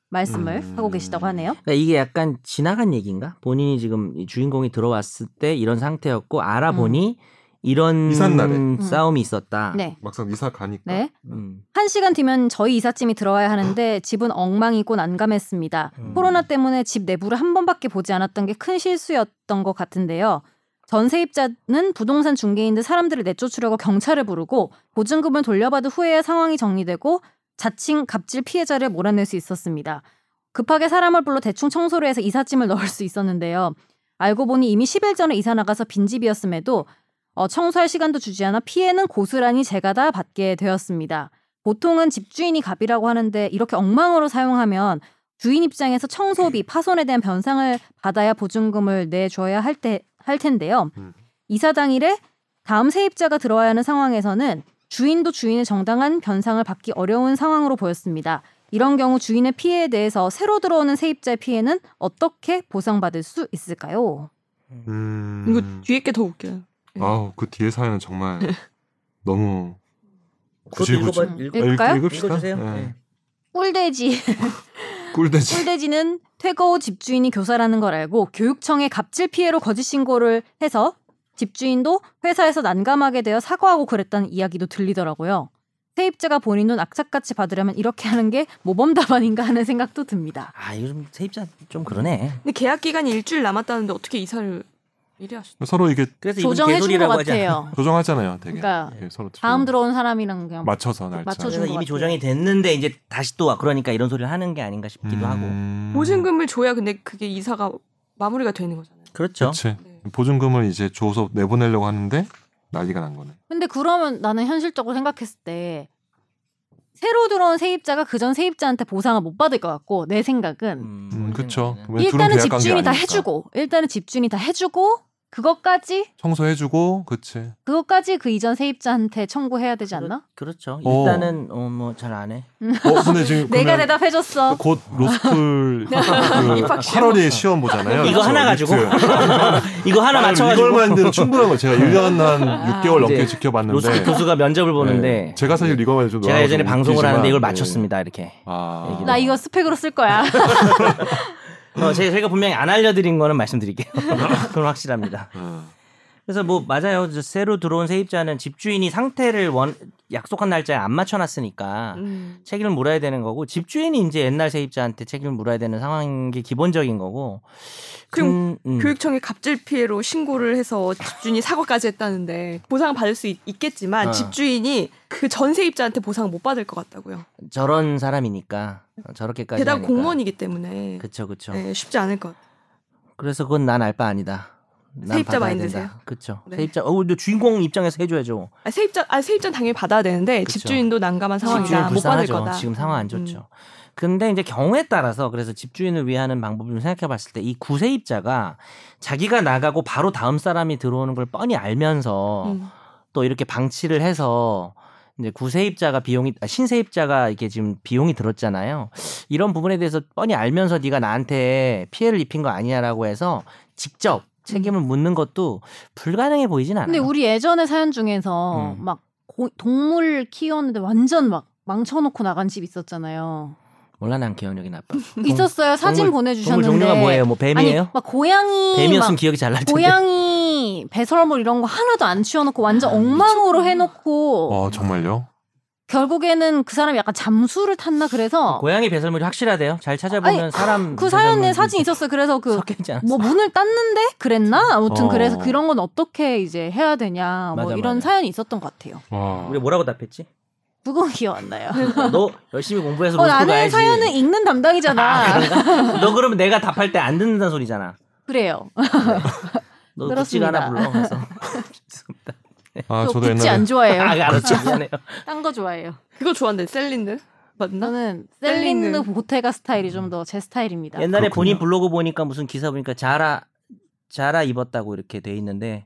S4: 말씀을
S3: 음.
S4: 하고 계시다고 하네요.
S2: 그러니까 이게 약간 지나간 얘기인가? 본인이 지금 이 주인공이 들어왔을 때 이런 상태였고 알아보니 이런
S3: 이삿날에.
S2: 싸움이 있었다.
S4: 네.
S3: 막상 이사 가니까
S4: 네.
S2: 음.
S4: 한 시간 뒤면 저희 이삿짐이 들어와야 하는데 집은 엉망이고 난감했습니다.
S2: 음.
S4: 코로나 때문에 집 내부를 한 번밖에 보지 않았던 게 큰 실수였던 것 같은데요. 전세입자는 부동산 중개인 들 사람들을 내쫓으려고 경찰을 부르고 보증금을 돌려받은 후에야 상황이 정리되고 자칭 갑질 피해자를 몰아낼 수 있었습니다. 급하게 사람을 불러 대충 청소를 해서 이삿짐을 넣을 수 있었는데요. 알고 보니 이미 10일 전에 이사 나가서 빈집이었음에도 어, 청소할 시간도 주지 않아 피해는 고스란히 제가 다 받게 되었습니다. 보통은 집주인이 갑이라고 하는데 이렇게 엉망으로 사용하면 주인 입장에서 청소비, 파손에 대한 변상을 받아야 보증금을 내줘야 할, 때, 할 텐데요.
S3: 음.
S4: 이사 당일에 다음 세입자가 들어와야 하는 상황에서는 주인도 주인의 정당한 변상을 받기 어려운 상황으로 보였습니다. 이런 경우 주인의 피해에 대해서 새로 들어오는 세입자의 피해는 어떻게 보상받을 수 있을까요?
S7: 음.
S1: 이거 뒤에 게 더 웃겨요.
S3: 네.
S7: 아우 그 뒤에 사연은 정말 너무 굳이,
S2: 그것도
S7: 굳이.
S2: 읽어봐- 읽-
S4: 읽-
S3: 아,
S4: 읽을까요?
S7: 읽읍시다.
S2: 읽어주세요.
S7: 예.
S2: 네.
S4: 꿀돼지.
S7: 꿀돼지.
S4: 꿀돼지는 퇴거 후 집주인이 교사라는 걸 알고 교육청에 갑질 피해로 거짓 신고를 해서 집주인도 회사에서 난감하게 되어 사과하고 그랬다는 이야기도 들리더라고요. 세입자가 본인 돈 악착같이 받으려면 이렇게 하는 게 모범답안인가 하는 생각도 듭니다.
S2: 아 요즘 세입자 좀 그러네.
S1: 근데 계약 기간이 일주일 남았다는데 어떻게 이사를 이래 하셨죠?
S3: [laughs]
S7: 서로 이게
S2: 그래서 이분
S4: 조정해준 것
S2: 개소리라고 하지 않아요? 네.
S4: 같아요.
S7: 조정하잖아요, 되게.
S4: 그러니까
S7: 예, 서로 들으면
S4: 다음 들어온 사람이랑 그냥
S7: 맞춰서 날짜.
S4: 맞춰준
S2: 그래서
S4: 것
S2: 이미
S4: 같아요.
S2: 조정이 됐는데 이제 다시 또 와. 그러니까 이런 소리를 하는 게 아닌가 싶기도 하고.
S7: 음.
S1: 보증금을 줘야 근데 그게 이사가 마무리가 되는 거잖아요.
S2: 그렇죠.
S7: 그렇지.
S1: 네.
S7: 보증금을 이제 줘서 내보내려고 하는데 난리가 난 거네.
S4: 근데 그러면 나는 현실적으로 생각했을 때 새로 들어온 세입자가 그 전 세입자한테 보상을 못 받을 것 같고 내 생각은
S2: 음,
S7: 음,
S2: 그런
S7: 그렇죠.
S2: 생각에는.
S7: 왜냐면 둘은 계약
S4: 일단은
S7: 관계
S4: 집주인이 다
S7: 아니니까.
S4: 해주고 일단은 집주인이 다 해주고 그것까지
S7: 청소해주고, 그치.
S4: 그것까지 그 이전 세입자한테 청구해야 되지 않나?
S2: 그렇죠.
S7: 어.
S2: 일단은 어, 뭐 잘 안 해.
S7: 어, 근데 지금
S4: [laughs] 내가
S7: 그러면
S4: 대답해줬어. 네.
S7: 곧
S4: [laughs]
S7: 로스쿨 그 8월에 시험 보잖아요.
S2: 이거 하나 가지고 이거 하나 맞춰 가지고
S7: 이걸만 해도 충분한 거예요. 제가 1년
S4: 아,
S7: 한 6개월 넘게
S4: 네.
S2: 이제
S7: 지켜봤는데
S2: 로스쿨 교수가 면접을 보는데
S7: 네. 제가 사실 이거만 해도
S2: 제가
S7: 너무
S2: 예전에 방송을
S7: 웃기지만,
S2: 하는데 이걸
S7: 예.
S2: 맞췄습니다. 이렇게.
S7: 아,
S2: 얘기를.
S4: 나 이거 스펙으로
S2: [laughs]
S4: 쓸 거야.
S2: 어, 제가, 제가 분명히 안 알려드린 거는
S7: [laughs]
S2: 말씀드릴게요. 그건 확실합니다.
S7: 음.
S2: 그래서 뭐 맞아요. 저 새로 들어온 세입자는 집주인이 상태를 원 약속한 날짜에 안 맞춰놨으니까
S1: 음.
S2: 책임을 물어야 되는 거고 집주인이 이제 옛날 세입자한테 책임을 물어야 되는 상황인 게 기본적인 거고.
S1: 그럼
S2: 음, 음.
S1: 교육청에 갑질 피해로 신고를 해서 집주인이 사과까지 했다는데 보상 받을 수 있, 겠지만
S2: 아.
S1: 집주인이 그 전세입자한테 보상 못 받을 것 같다고요.
S2: 저런 사람이니까 어, 저렇게까지.
S1: 게다가
S2: 하니까.
S1: 공무원이기 때문에
S2: 그러니까 그쵸 그쵸.
S1: 네, 쉽지 않을 것 같아요.
S2: 그래서 그건 난 알 바 아니다. 난
S1: 세입자
S2: 받아야
S1: 마인드세요?
S2: 된다. 그쵸.
S1: 네.
S2: 세입자. 어 근데 주인공 입장에서 해줘야죠.
S1: 아, 세입자 아 세입자 는 당연히 받아야 되는데
S2: 그쵸.
S1: 집주인도 난감한
S2: 집주인
S1: 상황이다 아, 못 받을
S2: 불쌍하죠.
S1: 거다. 음.
S2: 지금 상황 안 좋죠. 근데 이제 경우에 따라서 그래서 집주인을 위하는 방법을 좀 생각해 봤을 때 이 구세입자가 자기가 나가고 바로 다음 사람이 들어오는 걸 뻔히 알면서
S1: 음,
S2: 또 이렇게 방치를 해서 이제 구세입자가 비용이 아, 신세입자가 이게 지금 비용이 들었잖아요. 이런 부분에 대해서 뻔히 알면서 네가 나한테 피해를 입힌 거 아니냐라고 해서 직접 책임을 묻는 것도 불가능해 보이진 않아요.
S4: 근데 우리 예전에 사연 중에서
S2: 음.
S4: 막 고- 동물 키웠는데 완전 막 망쳐놓고 나간 집 있었잖아요.
S2: 몰라 난 기억력이 나빠.
S4: 있었어요. 사진
S2: 동물- 동물
S4: 보내주셨는데.
S2: 종류가 뭐예요? 뭐 뱀이에요?
S4: 음, 아니, 막 고양이 막
S2: 뱀이었으면 기억이 잘 날 텐데.
S4: 고양이 배설물 이런 거 하나도 안 치워놓고 완전 엉망으로 해놓고
S7: 어, 정말요?
S4: 결국에는 그 사람이 약간 잠수를 탔나 그래서
S2: 고양이 배설물이 확실하대요. 잘 찾아보면
S4: 아니,
S2: 음, 사람
S4: 그 사연에 사진 있었어요. 그래서 그 뭐
S2: 섞였지 않았
S4: 문을 땄는데 그랬나? 아무튼
S7: 어.
S4: 그래서 그런 건 어떻게 이제 해야 되냐 뭐
S2: 맞아,
S4: 이런
S2: 맞아.
S4: 사연이 있었던 것 같아요.
S7: 와.
S2: 우리 뭐라고 답했지?
S4: 그거 [laughs] 기억 안 나요.
S2: 너 열심히 공부해서
S4: 어,
S2: 로스쿨
S4: 나는
S2: 가야지.
S4: 사연은 읽는 담당이잖아.
S2: 너 그러면 내가 답할 때 안 듣는다는 소리잖아.
S4: 그래요.
S2: 너 급지가
S4: 그렇습니다.
S2: 하나 불러. 그래서
S4: [laughs]
S2: 죄송합니다.
S7: 아,
S4: 저
S7: 저도
S4: 붙지
S7: 옛날에
S4: 안
S2: 아,
S4: 좋아해요.
S2: 알았죠.
S4: [laughs]
S2: 미안해요.
S4: 딴 거 좋아해요.
S1: 그거 좋아한대 셀린드 맞나?
S4: 저는
S1: 셀린느.
S4: 셀린느 보테가 스타일이 좀 더 제 스타일입니다.
S2: 옛날에
S7: 그렇군요.
S2: 본인 블로그 보니까 무슨 기사 보니까 자라 자라 입었다고 이렇게 돼 있는데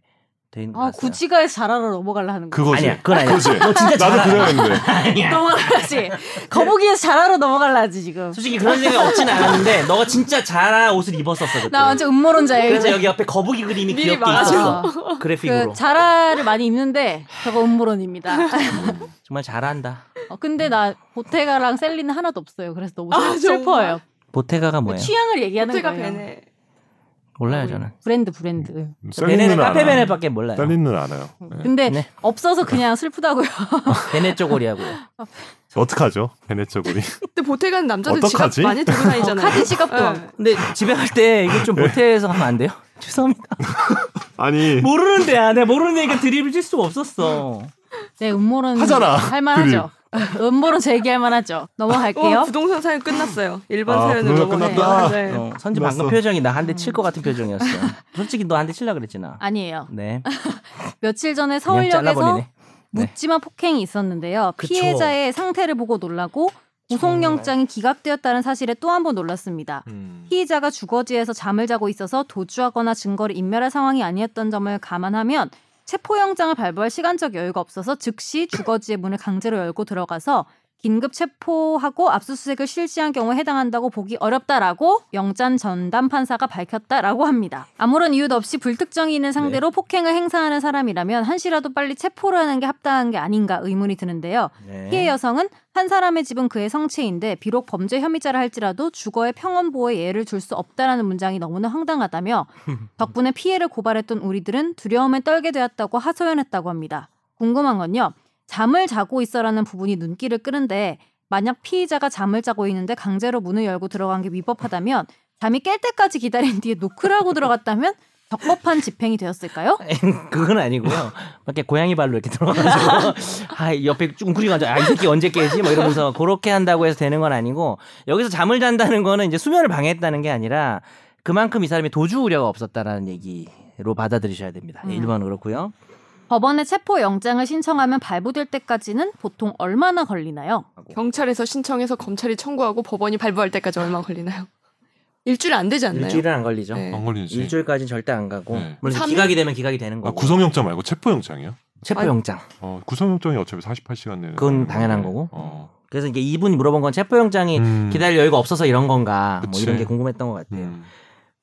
S2: 돼 있는 거
S4: 아,
S2: 봤어요.
S4: 굳이가 자라로 넘어가려 하는 거.
S7: 그거지.
S2: 아니야. 그건 아니야.
S7: 그거지.
S2: 너 진짜
S7: 나도
S2: 자라.
S7: 그래야겠는데.
S2: [laughs] 아니야.
S4: 넘어가지. 거북이에서 자라로 넘어가려 하지 지금.
S2: 솔직히 그런 생각 없진 않았는데 너가 진짜 자라 옷을 입었었어 그때.
S4: 나 완전 음모론자예요.
S2: 그래서
S4: 이거.
S2: 여기 옆에 거북이 그림이
S1: 미리
S2: 귀엽게
S1: 막아주고.
S2: 있었어 [laughs] 그래픽으로
S4: 그 자라를 많이 입는데 저거 음모론입니다.
S2: 정말 잘한다
S4: 어, 근데 나 보테가랑 셀린은 하나도 없어요. 그래서 너무
S1: 아,
S4: 슬- 슬퍼요. 그
S2: 보테가가 뭐예요?
S4: 취향을 얘기하는
S1: 호텔가
S4: 거예요.
S1: 베네.
S2: 몰라요 저는
S4: 브랜드 브랜드.
S7: 셀린느는
S2: 베네는 카페
S7: 알아요.
S2: 베네밖에 몰라요
S7: 셀린느는 알아요. 예.
S4: 근데
S2: 네.
S4: 없어서 그냥
S1: [laughs]
S4: 슬프다고요.
S2: 베네 쪼고리하고요
S7: 어떡하죠? 베네 쪽으로.
S1: 근데 보태가는 남자들
S7: 어떡하지?
S1: 지갑 많이 들고 다니잖아요.
S4: 카드 지갑도.
S1: 네.
S2: 근데 집에 갈 때 이거 좀
S7: 네.
S2: 보태에서 하면 안 돼요? [laughs] 죄송합니다
S7: 아니,
S2: 모르는데 아 내가 모르는데 이거 드립을 칠 수가 없었어
S4: 네, 음모론
S7: 하잖아,
S4: 할만하죠. 음모론 제기할 만하죠. 넘어갈게요.
S1: 어, 부동산 사연 끝났어요. 일반
S7: 아,
S1: 사연으로
S7: 부동산
S1: 넘어가요.
S7: 끝났다.
S1: 네.
S2: 어, 선지 방금
S7: 끝났어.
S2: 표정이 나 한 대 칠 것 같은 표정이었어 솔직히 너 한 대 칠라 그랬지 나
S4: 아니에요.
S2: 네.
S4: 며칠
S2: 그냥
S4: 전에 서울역에서
S2: 잘라버리네. 네.
S4: 묻지마 폭행이 있었는데요.
S2: 그쵸.
S4: 피해자의 상태를 보고 놀라고 구속영장이 기각되었다는 사실에 또 한 번 놀랐습니다. 피의자가 주거지에서 잠을 자고 있어서 도주하거나 증거를 인멸할 상황이 아니었던 점을 감안하면 체포영장을 발부할 시간적 여유가 없어서 즉시 주거지의 문을 강제로 열고 들어가서 긴급 체포하고 압수수색을 실시한 경우에 해당한다고 보기 어렵다라고 영장 전담 판사가 밝혔다라고 합니다. 아무런 이유도 없이 불특정인을 상대로 폭행을 행사하는 사람이라면 한시라도 빨리 체포를 하는 게 합당한 게 아닌가 의문이 드는데요.
S2: 네. [laughs]
S4: 피해 여성은 한 사람의 집은 그의 성체인데 비록 범죄 혐의자라 할지라도 주거의 평온 보호에 예를 줄 수 없다라는 문장이 너무나 황당하다며 덕분에 피해를 고발했던 우리들은 두려움에 떨게 되었다고 하소연했다고 합니다. 궁금한 건요. 잠을 자고 있어라는 부분이 눈길을 끄는데 만약 피의자가 잠을 자고 있는데 강제로 문을 열고 들어간 게 위법하다면 잠이 깰 때까지 기다린 뒤에 노크를 하고 들어갔다면 적법한 집행이 되었을까요?
S2: 네. 그건 아니고요. 밖에 고양이 발로 이렇게 들어가서 [laughs] 아 옆에 웅크리고 앉아 아이 새끼 언제 깨지? 뭐 이러면서 그렇게 한다고 해서 되는 건 아니고 여기서 잠을 잔다는 거는 이제 수면을 방해했다는 게 아니라 그만큼 이 사람이 도주 우려가 없었다라는 얘기로 받아들이셔야 됩니다. 예,
S4: 음.
S2: 1번은 그렇고요.
S4: 법원에 체포 영장을 신청하면 발부될 때까지는 보통 얼마나 걸리나요?
S1: 경찰에서 신청해서 검찰이 청구하고 법원이 발부할 때까지 얼마 걸리나요? 일주일 안 되지 않나요?
S2: 일주일은 안 걸리죠.
S1: 네.
S3: 어.
S7: 안 걸리지.
S2: 예, 일주일까지 절대 안 가고
S7: 네.
S2: 물론 이제
S1: 삼일?
S2: 기각이 되면 기각이 되는
S7: 아,
S2: 거고
S7: 구성영장 말고 체포영장이요?
S2: 체포영장
S7: 어, 구성영장이 어차피 48시간 내는.
S2: 그건
S7: 거예요.
S2: 당연한 거고. 예,
S7: 어.
S2: 그래서 이제 이분이 물어본 건 체포영장이
S7: 음.
S2: 기다릴 여유가 없어서 이런 건가 뭐
S7: 그치.
S2: 이런 게 궁금했던 것 같아요.
S7: 음.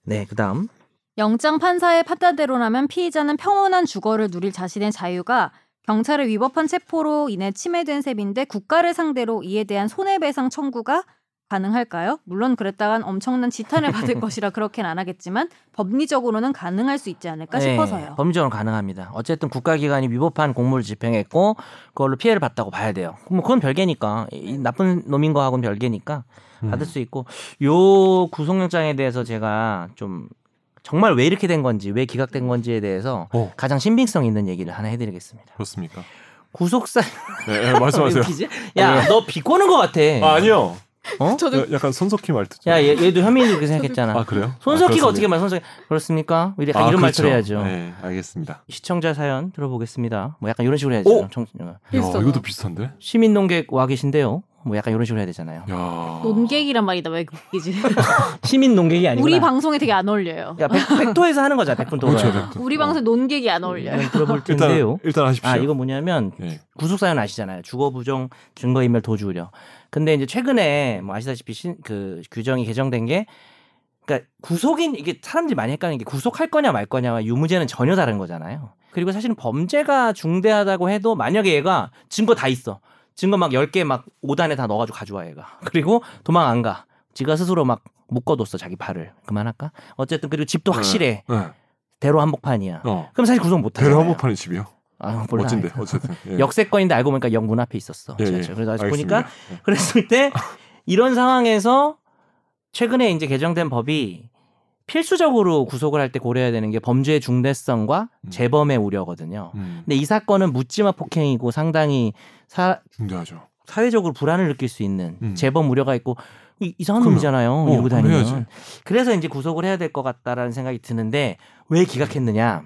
S2: 네 그다음
S4: 영장 판사의 판단대로라면 피의자는 평온한 주거를 누릴 자신의 자유가 경찰의 위법한 체포로 인해 침해된 셈인데 국가를 상대로 이에 대한 손해배상 청구가 가능할까요? 물론 그랬다간 엄청난
S8: [laughs]
S4: 지탄을 받을 것이라 그렇게는 안 하겠지만 법리적으로는 가능할 수 있지 않을까
S2: 네,
S4: 싶어서요.
S2: 범죄는 가능합니다. 어쨌든 국가기관이 위법한 공무를 집행했고 그걸로 피해를 봤다고 봐야 돼요. 뭐 그건 별개니까 이 나쁜 놈인 거하고는 별개니까
S7: 음.
S2: 받을 수 있고 요 구속영장에 대해서 제가 좀 정말 왜 이렇게 된 건지 왜 기각된 건지에 대해서
S7: 어.
S2: 가장 신빙성 있는 얘기를 하나 해드리겠습니다.
S7: 음, 그렇습니까?
S2: 구속사
S7: 네, 네,
S2: [laughs]
S7: 말씀하세요.
S2: 야너 비꼬는 것 같아.
S7: 아, 아니요.
S2: 어?
S1: 저도
S3: 네.
S7: 야, 약간 손석희 말투죠.
S2: 야 얘, 도 현민이 그렇게 생각했잖아.
S7: 아 그래요?
S2: 손석희가
S7: 아,
S2: 어떻게
S7: 그렇습니다.
S2: 말 손석희 그렇습니까? 이런 약간
S7: 아, 그렇죠.
S2: 이런 말투를 해야죠.
S7: 네, 알겠습니다.
S2: 시청자 사연 들어보겠습니다. 뭐 약간 이런 식으로 해야죠.
S7: 오!
S2: 청-
S7: 야,
S1: 비슷하다.
S7: 이것도 비슷한데?
S2: 시민 농객 와 계신데요. 뭐 약간 이런 식으로 해야 되잖아요.
S7: 야.
S8: 논객이란 말이다 왜 이렇게
S4: [laughs]
S8: 웃기지?
S2: 시민 농객이 아니고
S8: 우리 방송에 되게 안 어울려요.
S2: 야 백, 백도에서 하는 거잖아. 백분도
S7: 그렇죠. 그렇죠.
S8: 우리 방송 에 논객이 안 어울려요.
S2: 들어볼
S7: 일단
S2: 텐데요.
S7: 일단 하십시오.
S2: 아 이거 뭐냐면
S7: 예.
S2: 구속 사연 아시잖아요. 주거 부정, 증거 인멸 도주 우려. 근데 이제 최근에 뭐 아시다시피 신, 그 규정이 개정된 게 그러니까 구속인 이게 사람들이 많이 헷갈리는 게 구속할 거냐 말 거냐와 유무죄는 전혀 다른 거잖아요. 그리고 사실은 범죄가 중대하다고 해도 만약에 얘가 증거 다 있어. 증거 막 10개 막 5단에 다 넣어 가지고 가져와 [laughs] 얘가. 그리고 도망 안 가. 지가 스스로 막 묶어뒀어 자기 발을. 그만할까? 어쨌든 그리고 집도 확실해.
S7: 네.
S2: 대로 한복판이야.
S7: 어.
S2: 그럼 사실 구속 못 하잖아요.
S7: 대로 한복판의 집이요.
S2: 아, 몰라.
S7: 멋진데 어쨌든. 예.
S2: 역세권인데 알고 보니까 영 문 앞에 있었어.
S7: 예, 예.
S2: 지하철. 그래서 아직
S7: 알겠습니다. 예.
S2: 보니까 [laughs] 그랬을 때 이런 상황에서 최근에 이제 개정된 법이 필수적으로 구속을 할 때 고려해야 되는 게 범죄의 중대성과
S7: 음.
S2: 재범의 우려거든요.
S7: 음,
S2: 근데 이 사건은 묻지마 폭행이고 상당히 사,
S7: 중요하죠.
S2: 사회적으로 불안을 느낄 수 있는
S7: 음.
S2: 재범 우려가 있고 이, 이상한
S7: 그럼요.
S2: 놈이잖아요.
S7: 어,
S2: 이러고
S7: 그럼
S2: 다니면.
S7: 해야지.
S2: 그래서 이제 구속을 해야 될 것 같다라는 생각이 드는데 왜 기각했느냐?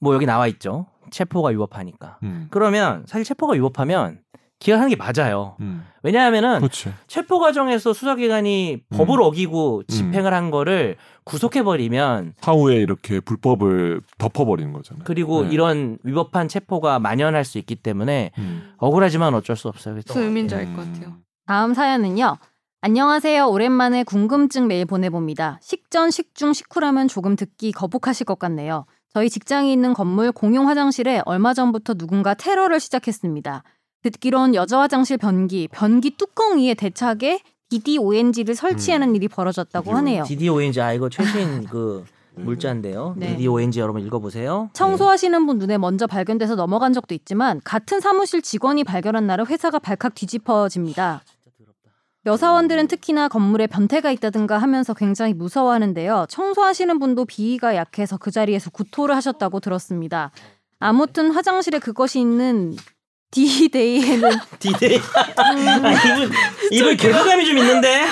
S2: 뭐 여기 나와 있죠. 체포가 위법하니까.
S7: 음.
S2: 그러면 사실 체포가 위법하면 기각하는 게 맞아요.
S7: 음.
S2: 왜냐하면은
S7: 그렇지.
S2: 체포 과정에서 수사기관이
S7: 음.
S2: 법을 어기고 집행을 한 거를 구속해버리면
S7: 사후에 이렇게 불법을 덮어버리는 거잖아요.
S2: 그리고
S7: 네.
S2: 이런 위법한 체포가 만연할 수 있기 때문에
S7: 음.
S2: 억울하지만 어쩔 수 없어요. 그래서 네.
S1: 무슨 의미인지 알 것 같아요.
S4: 다음 사연은요. 안녕하세요. 오랜만에 궁금증 메일 보내봅니다. 식전, 식중, 식후라면 조금 듣기 거북하실 것 같네요. 저희 직장이 있는 건물 공용 화장실에 얼마 전부터 누군가 테러를 시작했습니다. 듣기론 여자 화장실 변기, 변기 뚜껑 위에 대차게 DDONG를 설치하는 일이 벌어졌다고 하네요.
S2: DDONG 아 이거
S4: [laughs]
S2: 최신 그 물자인데요.
S4: 네.
S2: DDONG 여러분 읽어보세요.
S4: 청소하시는 분 눈에 먼저 발견돼서 넘어간 적도 있지만 같은 사무실 직원이 발견한 날은 회사가 발칵 뒤집어집니다. 여사원들은 특히나 건물에 변태가 있다든가 하면서 굉장히 무서워하는데요. 청소하시는 분도 비위가 약해서 그 자리에서 구토를 하셨다고 들었습니다. 아무튼 화장실에 그것이 있는 D-Day에는
S2: DD 네. [laughs] 아, 이분 이분 개그감이 좀 있는데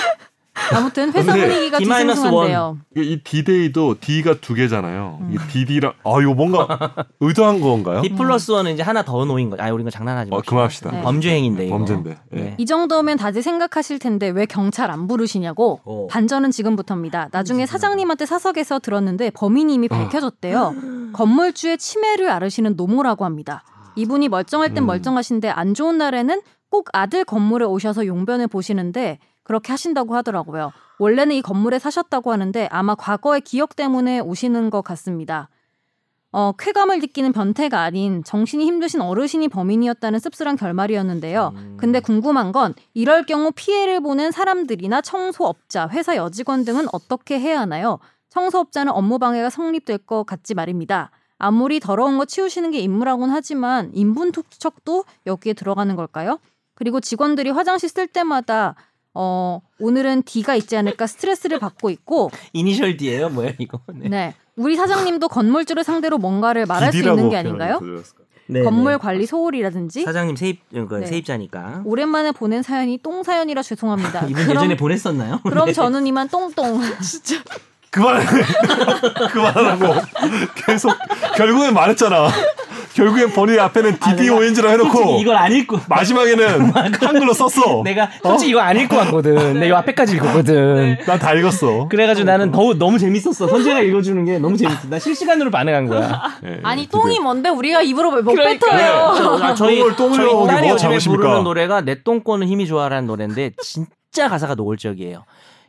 S4: 아무튼 회사
S7: 근데
S4: 분위기가
S2: D-1.
S4: 뒤숭숭한데요.
S7: 이게 이 D-Day도 D가 두 개잖아요. 이
S2: 음.
S7: DD랑 아 이거
S2: [laughs]
S7: 뭔가 의도한 건가요?
S2: D 플러스 원은 이제 하나 더 놓인 거. 아 우리 이거 장난하지 마.
S7: 어, 그만합시다.
S4: 음. 네.
S2: 범죄 행인데 이거.
S7: 범죄인데. 예.
S2: 네.
S4: 이 정도면 다들 생각하실 텐데 왜 경찰 안 부르시냐고
S2: 어. 어.
S4: 반전은 지금부터입니다. 나중에 사장님한테 사석에서 들었는데 범인이 이미 밝혀졌대요. 건물주의 치매를 앓으시는 노모라고 합니다. 이분이 멀쩡할 땐
S9: 음.
S4: 멀쩡하신데 안 좋은 날에는 꼭 아들 건물에 오셔서 용변을 보시는데 그렇게 하신다고 하더라고요. 원래는 이 건물에 사셨다고 하는데 아마 과거의 기억 때문에 오시는 것 같습니다. 어, 쾌감을 느끼는 변태가 아닌 정신이 힘드신 어르신이 범인이었다는 씁쓸한 결말이었는데요. 네.
S2: 음.
S4: 근데 궁금한 건 이럴 경우 피해를 보는 사람들이나 청소업자, 회사 여직원 등은 어떻게 해야 하나요? 청소업자는 업무 방해가 성립될 것 같지 말입니다. 아무리 더러운 거 치우시는 게 임무라곤 하지만 인분 투척도 여기에 들어가는 걸까요? 그리고 직원들이 화장실 쓸 때마다 어, 오늘은 D가 있지 않을까 스트레스를 받고 있고
S2: 이니셜 D예요, 뭐야 이거? [laughs] 네.
S4: 네. 우리 사장님도 건물주를 상대로 뭔가를 말할 수
S3: 디디라고
S4: 있는 게
S3: 표현을
S4: 아닌가요?
S3: 들었을까?
S2: 네,
S4: 건물
S2: 네.
S4: 관리 소홀이라든지
S2: 사장님 세입 그러니까
S4: 네.
S2: 세입자니까.
S4: 오랜만에 보낸 사연이 똥 사연이라 죄송합니다.
S2: [laughs] 이분 예전에 보냈었나요?
S4: [laughs]
S2: [laughs]
S4: 그럼
S2: 네.
S4: 저는 이만
S2: [laughs]
S4: 똥똥. 진짜.
S3: 그만 [laughs] 그만하라고 계속 결국엔 말했잖아. [laughs] 결국엔 번호 앞에는
S2: 아, 내가
S3: DDONG라 해놓고 어?
S2: 솔직히 네. 이걸 안 읽고 [laughs]
S3: 마지막에는 한글로 썼어.
S2: 내가 솔직히 이거 안 읽고
S3: [laughs] 네.
S2: 왔거든. 내이 앞에까지 읽었거든.
S4: 네.
S3: 난 다 읽었어.
S2: 그래가지고 나는 더 너무 재밌었어. 선재가 읽어주는 게 너무 재밌어. 나 실시간으로 반응한 거야.
S3: 예, 예,
S4: 아니
S3: 기대.
S2: 네.
S4: 똥이 뭔데 우리가 입으로 못
S10: 그러니까요.
S4: [laughs] 뱉어요.
S2: 아, 저희
S3: 똥을 똥을
S2: 저희
S3: 먹어보기
S2: 딸이
S3: 뭐
S2: 요즘에
S3: 잡으십니까?
S2: 부르는 노래가 내 똥꼬는 힘이 좋아라는 노래인데 진짜 가사가 노골적이에요.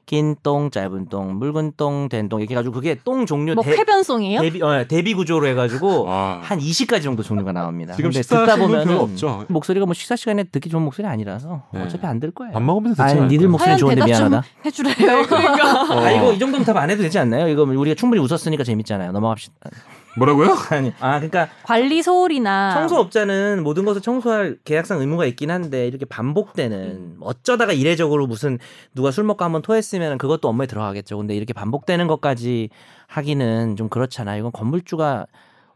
S2: 긴 똥, 짧은 똥, 묽은 똥, 된 똥 이렇게 해가지고 그게 똥 종류
S4: 뭐
S2: 대,
S4: 쾌변송이에요?
S2: 대비 어, 대비 구조로 해가지고
S3: 와.
S2: 한 20가지 정도 종류가 나옵니다.
S3: 아. 지금
S2: 근데
S3: 식사
S2: 듣다
S3: 시간은
S2: 보면
S3: 별로 없죠. 네.
S2: 목소리가 뭐 식사 시간에 듣기 좋은 목소리 아니라서 어차피 안 들 거예요.
S3: 밥 먹으면서 듣지
S2: 아니
S3: 않을까요?
S2: 니들 네. 목소리
S4: 하얀
S2: 좋은데
S4: 대답
S2: 미안하다.
S10: [laughs]
S2: 네,
S4: 좀 해주래요.
S3: 어.
S2: 아 이거 이 정도면 답 안 해도 되지 않나요? 이거 우리가 충분히 웃었으니까 재밌잖아요. 넘어갑시다.
S3: 뭐라고요?
S2: 아니 아 그러니까
S4: 관리
S10: 아.
S4: 소홀이나
S2: 청소업자는 모든 것을 청소할 계약상 의무가 있긴 한데 이렇게 반복되는
S10: 음.
S2: 어쩌다가 이례적으로 무슨 누가 술 먹고 한번 토했으면 그것도 업무에 들어가겠죠. 근데 이렇게 반복되는 것까지 하기는 좀 그렇잖아요. 이건 건물주가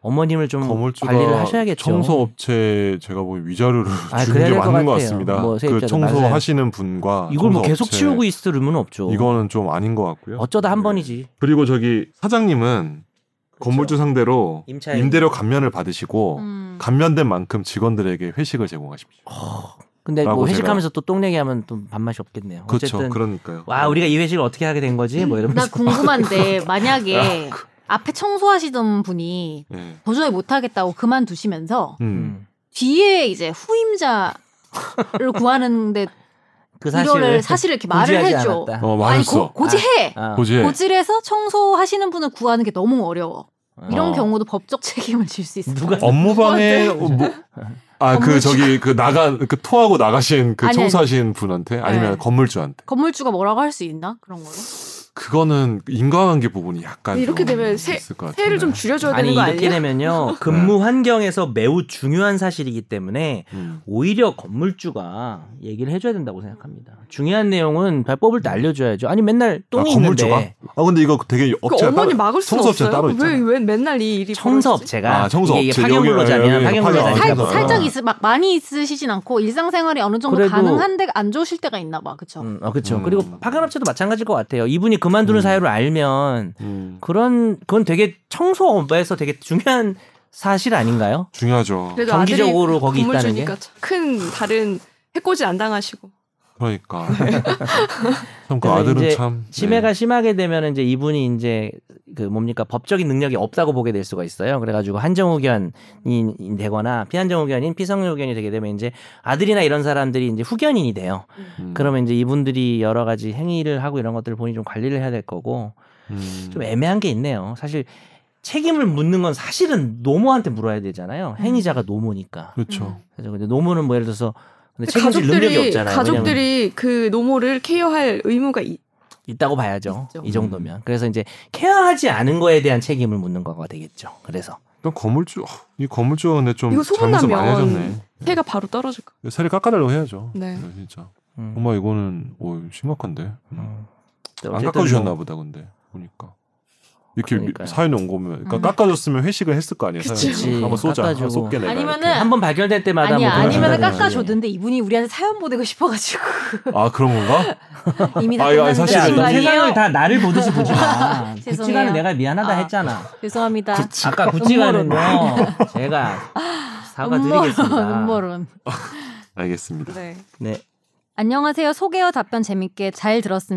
S2: 어머님을 좀 음,
S3: 건물주가
S2: 관리를 하셔야겠죠.
S3: 청소업체 제가 보기엔 위자료를
S2: 아,
S3: 주는
S2: 그래야
S3: 게
S2: 될것
S3: 맞는 것
S2: 같아요.
S3: 같습니다.
S2: 뭐
S3: 그
S2: 세입자들
S3: 청소하시는 분과
S2: 이걸 뭐 계속
S3: 청소업체,
S2: 치우고 있을 의무는 없죠.
S3: 이거는 좀 아닌 것 같고요.
S2: 어쩌다 한
S3: 네.
S2: 번이지.
S3: 그리고 저기 사장님은 건물주 상대로
S2: 임차인.
S3: 임대료 감면을 받으시고
S4: 음.
S2: 아,
S3: 감면된 만큼 직원들에게 회식을 제공하십시오.
S2: 어, 근데 뭐
S3: 라고
S2: 회식하면서 또 똥 얘기하면 또 밥맛이 없겠네요.
S3: 그렇죠.
S2: 어쨌든
S3: 그러니까요.
S2: 와 우리가 이 회식을 어떻게 하게 된 거지? 뭐 이러면서 아,
S10: 나 궁금한데 만약에 앞에 청소하시던 분이
S3: 네.
S10: 도저히 못하겠다고 그만두시면서
S3: 음.
S2: 음.
S10: 뒤에 이제 후임자를
S2: [laughs]
S10: 구하는데
S2: 그
S10: 이거를
S2: 사실을
S10: 사실을 이렇게 말을
S2: 고지하지
S10: 해줘.
S2: 않았다.
S3: 어
S10: 아니
S3: 말했어.
S10: 고, 고지해.
S2: 아.
S3: 고지해.
S10: 고지해서 청소하시는 분을 구하는 게 너무 어려워. 이런
S3: 어.
S10: 경우도 법적 책임을 질 수 있어요.
S2: 누가
S3: 업무방해 아 그 저기 그 나가 그 토하고 나가신 그
S10: 아니, 아니.
S3: 청소하신 분한테 아니면
S10: 네.
S3: 건물주한테
S10: 건물주가 뭐라고 할 수 있나 그런 거로?
S3: 그거는 인과관계 부분이 약간
S1: 근데 이렇게
S3: 좀
S1: 되면 세-
S3: 있을 것
S1: 회를 좀
S3: 같은데.
S1: 줄여줘야
S2: 아니
S1: 되는 거
S2: 이렇게
S1: 아니에요? [laughs]
S2: 되면요 근무 환경에서 매우 중요한 사실이기 때문에
S3: 음.
S2: 오히려 건물주가 얘기를 해줘야 된다고 생각합니다. 중요한 내용은 발 뽑을 때 알려줘야죠. 아니 맨날 똥이
S3: 아,
S2: 있는데
S3: 아 근데 이거 되게
S1: 그
S3: 업체가
S1: 어머니
S3: 따로-
S1: 막을 수
S3: 청소업체
S1: 없어요.
S3: 따로 있잖아.
S1: 왜, 왜 맨날 이 일이 벌어지지?
S2: 청소업체가
S3: 아, 청소업체.
S2: 이게
S3: 여기,
S2: 파견근로자면
S3: 여기, 아.
S2: 파견근로자
S3: 여기
S10: 살,
S3: 그래서.
S10: 살짝 있으 막 많이 있으시진 않고 일상생활이 어느 정도
S2: 아. 그래도-
S10: 가능한데 안 좋으실 때가 있나 봐. 그쵸
S2: 음, 어, 그렇죠.
S3: 음.
S2: 그리고 파견업체도 마찬가지일 것 같아요. 이분이 그만두는
S3: 음.
S2: 사유를 알면
S3: 음,
S2: 그런 그건 되게 청소업에서 되게 중요한 사실 아닌가요?
S3: 중요하죠.
S1: 그래도
S2: 정기적으로
S1: 아들이
S2: 거기 있다는
S1: 건물주니까 큰 다른 해코지 안 당하시고
S3: 그러니까
S1: 네.
S3: [laughs] 참 그
S2: 그래서
S3: 아들은
S2: 이제
S3: 참
S2: 치매가 심하게 되면 이제 이분이 이제 그 뭡니까 법적인 능력이 없다고 보게 될 수가 있어요. 그래가지고 한정 의견이 되거나 피한정 의견인 피성의 의견이 되게 되면 이제 아들이나 이런 사람들이 이제 후견인이 돼요.
S3: 음,
S2: 그러면 이제 이분들이 여러 가지 행위를 하고 이런 것들을 본인이 좀 관리를 해야 될 거고
S3: 음,
S2: 좀 애매한 게 있네요. 사실 책임을 묻는 건 사실은 노모한테 물어야 되잖아요.
S1: 음.
S2: 행위자가 노모니까.
S3: 그렇죠.
S2: 그래서 근데 노모는 뭐 예를 들어서 근데
S1: 근데
S2: 책임질 능력이 없잖아요. 왜냐면
S1: 가족들이 그 노모를 케어할 의무가 이-
S2: 있다고 봐야죠.
S10: 있죠. 음.
S2: 이 정도면. 그래서 이제 케어하지 않은 거에 대한 책임을 묻는 거가 되겠죠. 그래서
S3: 그럼 건물주 어, 이 건물주가 근데 좀
S1: 이거
S3: 잘못을 많이
S1: 소문나면
S3: 하셨네.
S1: 해가 바로 떨어질 거.
S3: 세를 깎아달라고 해야죠.
S1: 네.
S3: 이거 진짜.
S2: 음.
S3: 엄마 이거는 오 심각한데.
S2: 음.
S3: 안
S2: 어쨌든
S3: 깎아주셨나
S2: 뭐 아,
S3: 보다 근데 보니까 이렇게
S2: 그러니까요.
S3: 사연이 온 거면 그러니까
S10: 음.
S3: 깎아줬으면 회식을 했을 거 아니에요
S1: 그치.
S3: 사연이. 한번
S2: 그치.
S3: 쏘자
S2: 깎아주고.
S3: 한번 쏟게 내가
S10: 아니면은
S3: 이렇게.
S2: 한번 발견될 때마다
S10: 아니야
S2: 뭐 그런
S10: 아니면
S2: 식으로
S10: 깎아줬는데 이분이 우리한테 사연 보내고
S2: [laughs]
S10: 싶어가지고
S3: 아 그런 건가?
S10: 이미 다
S3: 아, 이거
S10: 끝났는데 아닌
S3: 사실은-
S10: 거
S2: 야, 너
S10: 아니에요?
S2: 세상을 다
S10: [laughs]
S2: 나를 보듯이 보지 마.
S10: 죄송해요.
S2: 구찌가는 내가 미안하다
S10: 아.
S2: 했잖아.
S10: 죄송합니다.
S2: 아까 구찌가는요. [laughs] 제가 사과드리겠습니다.
S10: 음모론.
S3: 알겠습니다.
S1: 네.
S2: 네.
S4: 안녕하세요. 소개어 답변 재밌게 잘 들었습니다.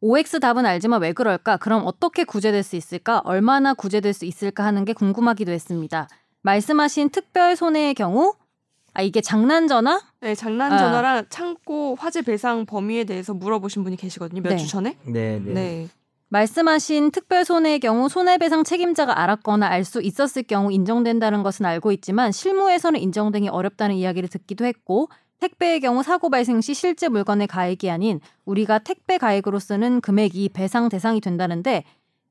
S4: OX 답은 알지만 왜 그럴까? 그럼 어떻게 구제될 수 있을까? 얼마나 구제될 수 있을까 하는 게 궁금하기도 했습니다. 말씀하신 특별 손해의 경우 아 이게 장난 전화?
S11: 네, 장난 전화랑 창고 화재 배상 범위에 대해서 물어보신 분이 계시거든요. 몇
S4: 네.
S11: 주 전에.
S2: 네,
S11: 네.
S2: 네.
S4: 말씀하신 특별 손해의 경우 손해배상 책임자가 알았거나 알 수 있었을 경우 인정된다는 것은 알고 있지만 실무에서는 인정되기 어렵다는 이야기를 듣기도 했고 택배의 경우 사고 발생 시 실제 물건의 가액이 아닌 우리가 택배 가액으로 쓰는 금액이 배상 대상이 된다는데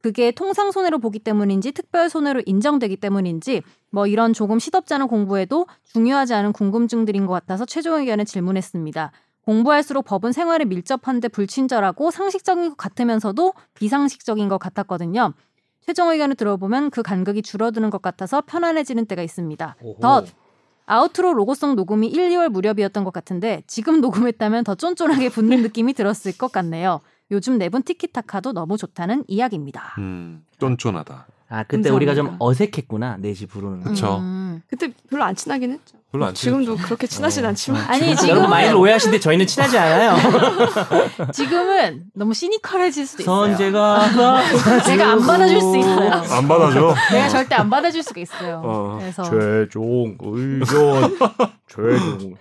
S4: 그게 통상 손해로 보기 때문인지 특별 손해로 인정되기 때문인지 뭐 이런 조금 시덥지 않은 공부에도 중요하지 않은 궁금증들인 것 같아서 최종 의견에 질문했습니다. 공부할수록 법은 생활에 밀접한데 불친절하고 상식적인 것 같으면서도 비상식적인 것 같았거든요. 최종 의견을 들어보면 그 간극이 줄어드는 것 같아서 편안해지는 때가 있습니다.
S2: 오호.
S4: 덧 아우트로 로고송 녹음이 1, 2월 무렵이었던 것 같은데 지금 녹음했다면 더 쫀쫀하게 [laughs] 붙는 느낌이 들었을 것 같네요. 요즘 네분 티키타카도 너무 좋다는 이야기입니다.
S7: 음, 쫀쫀하다.
S2: 아 그때 우리가 좀
S11: 감사합니다.
S2: 어색했구나 넷이 부르는 거.
S7: 그쵸.
S4: 음.
S11: 그때 별로 안 친하긴 했죠.
S7: 별로 안
S11: 지금도 그렇게 친하진
S2: 어.
S11: 않지만.
S4: 아니
S2: 여러분
S4: 지금은
S2: 많이 오해하시는데 저희는 친하지
S10: [laughs]
S2: 않아요.
S4: 지금은 너무 시니컬해질
S10: 네.
S4: 수도 있어요.
S2: 선재가
S4: 제가 안 받아줄 수 있어요.
S7: 안 받아줘.
S4: 내가 절대 안 받아줄 수가 있어요.
S7: 어.
S4: 그래서
S2: 최종
S4: [laughs]
S2: 의견 최종 네.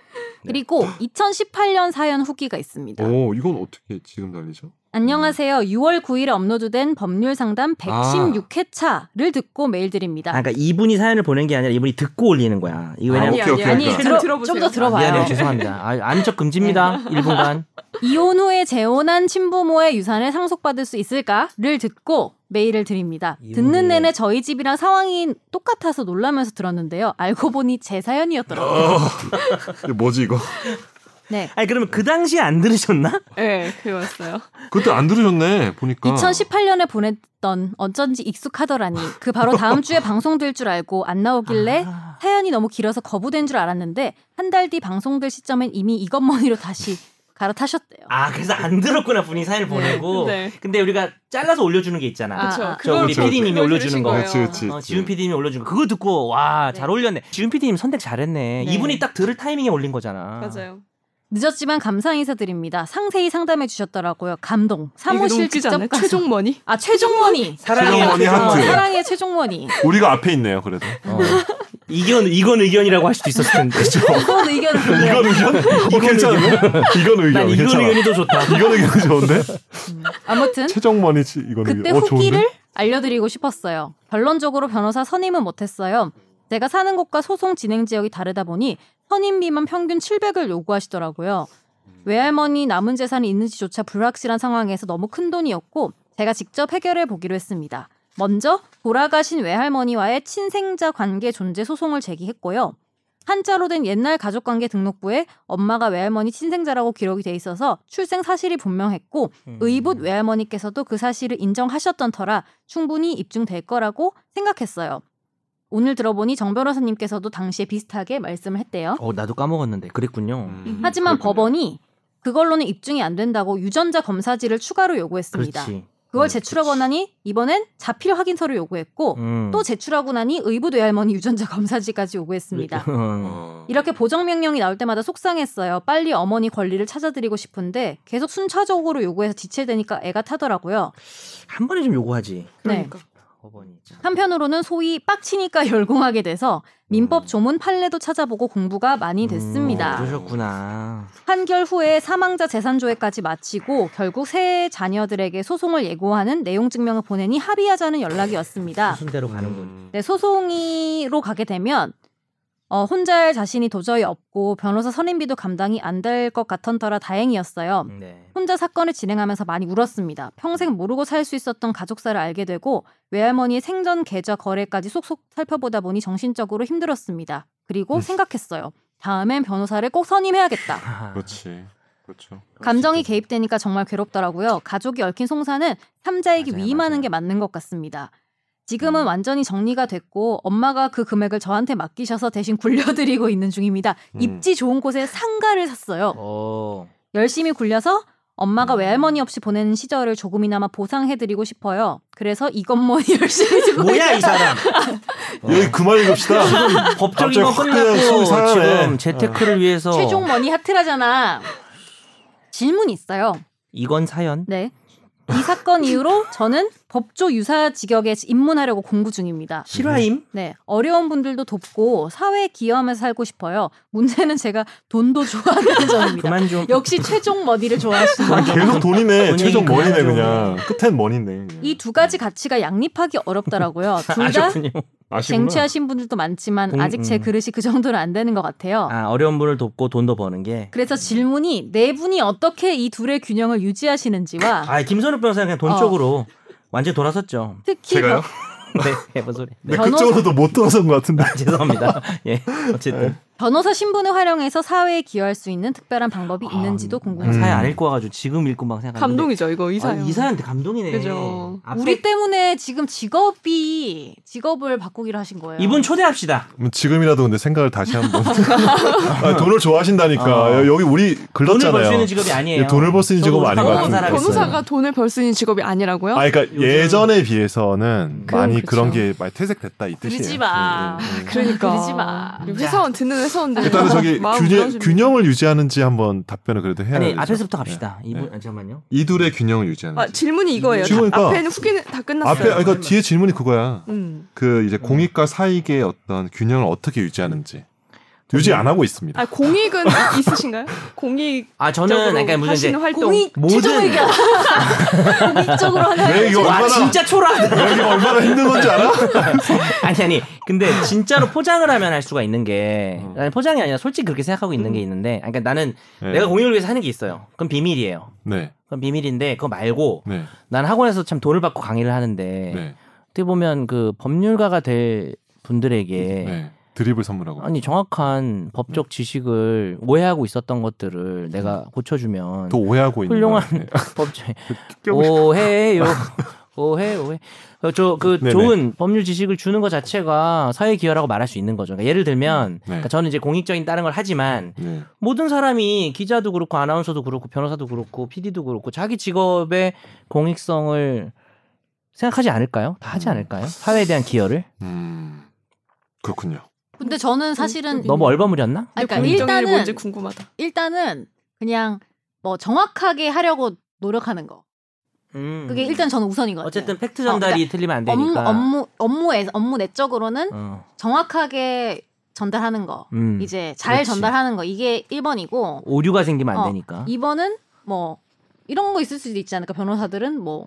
S4: 그리고 2018년 사연 후기가 있습니다.
S7: 오, 이건 어떻게 지금 달리죠?
S4: 안녕하세요. 6월 9일에 업로드된 법률 상담 116회차를 듣고 메일 드립니다.
S2: 아, 그러니까 이분이 사연을 보낸 게 아니라 이분이 듣고 올리는 거야. 이거
S7: 아,
S2: 왜냐면
S7: 오케이, 오케이,
S4: 아니
S7: 오케이.
S4: 들어,
S11: 들어보세요.
S4: 좀더 들어봐요.
S2: 미안해요. 죄송합니다. 아, 아닌 척 금지입니다. 1분간.
S4: 이혼 후에 재혼한 친부모의 유산을 상속받을 수 있을까를 듣고 메일을 드립니다.
S2: 이혼 후에.
S4: 듣는 내내 저희 집이랑 상황이 똑같아서 놀라면서 들었는데요. 알고 보니 제
S11: 어.
S4: 사연이었더라고요.
S7: 이게 뭐지 이거?
S4: 네.
S2: [laughs] 아니 그러면 그 당시에 안 들으셨나?
S11: 네, 그게 왔어요.
S7: 그때 안 들으셨네
S11: 어.
S7: 보니까.
S4: 2018년에 보냈던 어쩐지 익숙하더라니 그 바로
S11: [laughs]
S4: 다음 주에 방송될 줄 알고 안 나오길래
S2: 아,
S4: 사연이 너무 길어서 거부된 줄 알았는데 한 달 뒤 방송될 시점엔 이미 이것머니로 다시 갈아타셨대요.
S2: 아, 그래서 안 들었구나 분이 사연을
S11: [laughs]
S2: 보내고.
S11: 네.
S2: 근데 우리가 잘라서 올려주는 게 있잖아.
S4: 아,
S11: 그쵸.
S4: 아.
S2: 저
S11: 그걸
S2: 우리
S7: 그걸
S2: PD님이
S11: 그걸
S2: 올려주는
S11: 들으신
S2: 거.
S11: 거예요.
S7: 그치 그치.
S2: 어,
S7: 그치.
S2: 지훈 PD님이 올려준 거 그거 듣고 와 잘
S4: 네.
S2: 올렸네. 지훈 PD님 선택 잘했네.
S4: 네.
S2: 이분이 딱 들을 타이밍에 올린 거잖아.
S11: 맞아요.
S4: 늦었지만 감사 인사드립니다. 상세히 상담해 주셨더라고요. 감동.
S11: 이게 너무
S4: 사무실
S11: 웃기지 않아요?
S4: 직접 가서
S11: 최종 머니.
S4: 아 최종원이 어,
S2: 사랑의
S7: 최종원이
S2: 최종원.
S7: 하트.
S4: 사랑의 최종원이
S7: 우리가 앞에 있네요 그래도.
S2: 어. 이건 이건 의견이라고 할 수도 있었을 텐데.
S4: 이건 의견을
S7: 이건
S4: 보내요.
S7: 의견? 어, 괜찮은데? [laughs] 이건 의견.
S2: [laughs] 난 이건
S7: 괜찮아.
S2: 의견이 더 좋다.
S7: 이건 의견 좋은데? [laughs]
S4: 아무튼
S7: 최종 머니치 이건
S4: 그때
S7: 의견. 어, 좋은데?
S4: 후기를 알려드리고 싶었어요. 결론적으로 변호사 선임은 못했어요. 제가 사는 곳과 소송 진행 지역이 다르다 보니 선임비만 평균 700을 요구하시더라고요. 외할머니 남은 재산이 있는지조차 불확실한 상황에서 너무 큰 돈이었고 제가 직접 해결해 보기로 했습니다. 먼저 돌아가신 외할머니와의 친생자 관계 존재 소송을 제기했고요. 한자로 된 옛날 가족관계 등록부에 엄마가 외할머니 친생자라고 기록이 돼 있어서 출생 사실이 분명했고
S2: 음.
S4: 의붓 외할머니께서도 그 사실을 인정하셨던 터라 충분히 입증될 거라고 생각했어요. 오늘 들어보니 정 변호사님께서도 당시에 비슷하게 말씀을 했대요.
S2: 어 나도 까먹었는데 그랬군요.
S7: 음,
S4: 하지만
S7: 그렇군요.
S4: 법원이 그걸로는 입증이 안 된다고 유전자 검사지를 추가로 요구했습니다.
S2: 그렇지.
S4: 그걸
S2: 음,
S4: 제출하고 나니 이번엔 자필 확인서를 요구했고
S2: 음.
S4: 또 제출하고 나니 의붓 외할머니 유전자 검사지까지 요구했습니다.
S2: [laughs] 음.
S7: 어.
S4: 이렇게 보정명령이 나올 때마다 속상했어요. 빨리 어머니 권리를 찾아드리고 싶은데 계속 순차적으로 요구해서 지체되니까 애가 타더라고요.
S2: 한 번에 좀 요구하지.
S4: 네.
S11: 그러니까.
S2: 법원이. 참.
S4: 한편으로는 소위 빡치니까 [laughs] 열공하게 돼서 민법 조문 판례도 찾아보고 공부가 많이
S2: 음,
S4: 됐습니다.
S2: 그러셨구나.
S4: 판결 후에 사망자 재산 조회까지 마치고 결국 새 자녀들에게 소송을 예고하는 내용 증명을 보내니 합의하자는 연락이 왔습니다.
S2: 순대로 가는군.
S7: 음.
S4: 네, 소송이로 가게 되면 어, 혼자 할 자신이 도저히 없고 변호사 선임비도 감당이 안 될 것 같은 터라 다행이었어요.
S2: 네.
S4: 혼자 사건을 진행하면서 많이 울었습니다. 평생 모르고 살 수 있었던 가족사를 알게 되고 외할머니의 생전 계좌 거래까지 쏙쏙 살펴보다 보니 정신적으로 힘들었습니다. 그리고 생각했어요. 다음엔 변호사를 꼭 선임해야겠다.
S2: 음. 아,
S7: 그렇지. 그렇죠.
S4: 감정이 개입되니까 정말 괴롭더라고요. 가족이 얽힌 송사는 삼자에게
S2: 맞아요,
S4: 위임하는
S2: 맞아요. 음.
S4: 게 맞는 것 같습니다. 지금은 완전히 정리가 됐고 엄마가 그 금액을 저한테 맡기셔서 대신 굴려드리고 있는 중입니다.
S7: 음.
S4: 입지 좋은 곳에 상가를 샀어요.
S2: 어.
S4: 열심히 굴려서 엄마가
S2: 음.
S4: 외할머니 없이 보낸 시절을 조금이나마 보상해드리고 싶어요. 그래서 이건
S12: [laughs]
S4: 뭐 열심히 주고
S2: 뭐야 이 사람. 어.
S7: 여기 그만
S2: [laughs]
S7: 읽읍시다. 갑자기
S2: 법적인 건
S7: 확 그냥
S2: 끝났고
S7: 숨이 상하네.
S2: 지금 재테크를 위해서
S4: 최종 머니 하트라잖아. 질문이 있어요.
S2: 이건 사연
S4: 네.
S12: 이 사건 이후로 저는 법조 유사 직역에 입문하려고 공부 중입니다.
S2: 실화임?
S12: 네, 어려운 분들도 돕고 사회에 기여하면서 살고 싶어요. 문제는 제가 돈도 좋아하는 [laughs] 점입니다.
S2: 그만 좀
S4: 역시 최종 머디를 좋아하시는
S3: 아, 계속 돈이네.
S2: 돈이
S3: 최종 머니네
S2: 그냥 좀-
S3: 그냥. 끝엔 머니네. 그냥.
S12: 이 두 가지 가치가 양립하기 어렵더라고요. 둘 다
S2: 아셨군요.
S3: 아시구나.
S12: 쟁취하신 분들도 많지만
S2: 음,
S12: 아직 제
S2: 음.
S12: 그릇이 그 정도는 안 되는 것 같아요.
S2: 아 어려운 분을 돕고 돈도 버는 게.
S12: 그래서 질문이 네 분이 어떻게 이 둘의 균형을 유지하시는지와
S2: 아 김선욱 변호사는 그냥 돈
S12: 어.
S2: 쪽으로 완전 히 돌아섰죠.
S12: 특히
S3: 제가요?
S2: 네, 뭔 소리? 네,
S3: 네, 그쪽으로도 못 들어선 것 같은데.
S2: [laughs] 죄송합니다. 예, 어쨌든
S12: 변호사 신분을 활용해서 사회에 기여할 수 있는 특별한 방법이 있는지도
S2: 아,
S4: 음.
S12: 궁금해요.
S2: 사연 안 읽고 와가지고 지금 읽고 막 생각하는데.
S1: 감동이죠 이거 이 사연.
S2: 아, 이 사연한테 감동이네.
S1: 그죠.
S2: 앞에-
S4: 우리 때문에 지금 직업이 직업을 바꾸기로 하신 거예요.
S2: 네. 이분 초대합시다.
S3: 음, 지금이라도 근데 생각을 다시 한번. [laughs] 아, 돈을 좋아하신다니까.
S2: 어.
S3: 여- 여기 우리
S2: 돈을
S3: 글렀잖아요.
S2: 벌 수 있는 직업이 아니에요.
S3: 예, 돈을 벌수 있는 직업은
S2: 저도
S3: 아닌 것
S2: 변호사-
S3: 같은데.
S2: 변호사라고
S3: 있어요.
S1: 변호사가 돈을 벌 수 있는 직업이 아니라고요?
S3: 아, 그러니까
S2: 요즘- 음.
S3: 예전에 비해서는
S2: 그건
S3: 많이
S1: 그렇죠.
S3: 그런게 많이 퇴색됐다 이 뜻이에요.
S4: 그러지 마.
S2: 네,
S3: 음, 음, 음.
S1: 그러니까.
S4: 그러지 마.
S1: 회사원 듣는 회사원들.
S3: 일단은 저기
S1: 마음
S3: 균형,
S1: 불안해집니다.
S3: 균형을 유지하는지 한번 답변을 그래도 해야
S2: 아니
S3: 되죠.
S2: 앞에서부터 갑시다. 이분
S3: 네.
S2: 아, 잠깐만요.
S3: 이 둘의 균형을
S1: 아,
S3: 유지하는지.
S1: 질문이 이거예요.
S3: 질문이
S1: 다-
S3: 그러니까-
S1: 앞에는 후기는 다
S3: 앞에
S1: 끝났어요.
S3: 그러니까 뒤에 질문이 그거야.
S1: 음. 음.
S3: 그 이제 공익과 사익의 어떤 균형을 어떻게 유지하는지. 유지 안 하고 있습니다.
S1: 아 [laughs] 공익은 있으신가요? 공익
S2: 아 저는 그러니까 무슨 이제
S1: 하시는 활동.
S4: 공익 최종
S2: 모든- [laughs]
S4: 의견 공익적으로 하는
S3: 왜 이거
S2: 와
S1: 아,
S3: 얼마나
S2: 아, 진짜
S3: [laughs]
S2: 초라하다.
S3: 왜 이거 얼마나 힘든 건지 알아?
S2: 아니 아니 근데 진짜로 포장을 하면 할 수가 있는 게 나는 포장이 아니라 솔직히 그렇게 생각하고 있는 게 있는데 그러니까 나는
S3: 음. 네.
S2: 내가 공익을 위해서 하는 게 있어요. 그럼 비밀이에요.
S3: 네,
S2: 그건 비밀인데 그거 말고
S3: 네,
S2: 난 학원에서 참 돈을 받고 강의를 하는데
S3: 네,
S2: 어떻게 보면 그 법률가가 될
S3: 네.
S2: 분들에게
S3: 드립을 선물하고.
S2: 아니 정확한
S3: 음.
S2: 법적 지식을 오해하고 있었던 것들을 내가 고쳐주면
S3: 또 오해하고 음. 있는.
S2: 훌륭한
S3: 거예요.
S2: [laughs]
S3: 그
S2: 법적
S3: [laughs]
S2: 오해요. 오해 오해. 저 그
S3: 네네.
S2: 좋은 법률 지식을 주는 것 자체가 사회 기여라고 말할 수 있는 거죠. 그러니까 예를 들면 그러니까 저는 이제 공익적인 다른 걸 하지만
S3: 네.
S2: 모든 사람이 기자도 그렇고 아나운서도 그렇고 변호사도 그렇고 PD도 그렇고 자기 직업의 공익성을 생각하지 않을까요? 다 하지 않을까요? 사회에 대한 기여를
S3: 음, 그렇군요.
S4: 근데 저는 사실은
S2: 너무 얼버무렸나?
S4: 아니, 그러니까
S1: 공익 정의를 뭔지
S4: 일단은
S1: 궁금하다.
S4: 일단은 그냥 뭐 정확하게 하려고 노력하는 거.
S2: 음.
S4: 그게 일단 저는 우선인 것 같아요.
S2: 어쨌든 팩트 전달이
S4: 어, 그러니까
S2: 틀리면 안
S4: 업무
S2: 되니까.
S4: 업무 업무에 업무 내적으로는
S2: 어.
S4: 정확하게 전달하는 거.
S2: 음.
S4: 이제 잘
S2: 그렇지.
S4: 전달하는 거. 이게 1번이고
S2: 오류가 생기면 안
S4: 어,
S2: 되니까.
S4: 2번은 뭐 이런 거 있을 수도 있지 않을까 변호사들은 뭐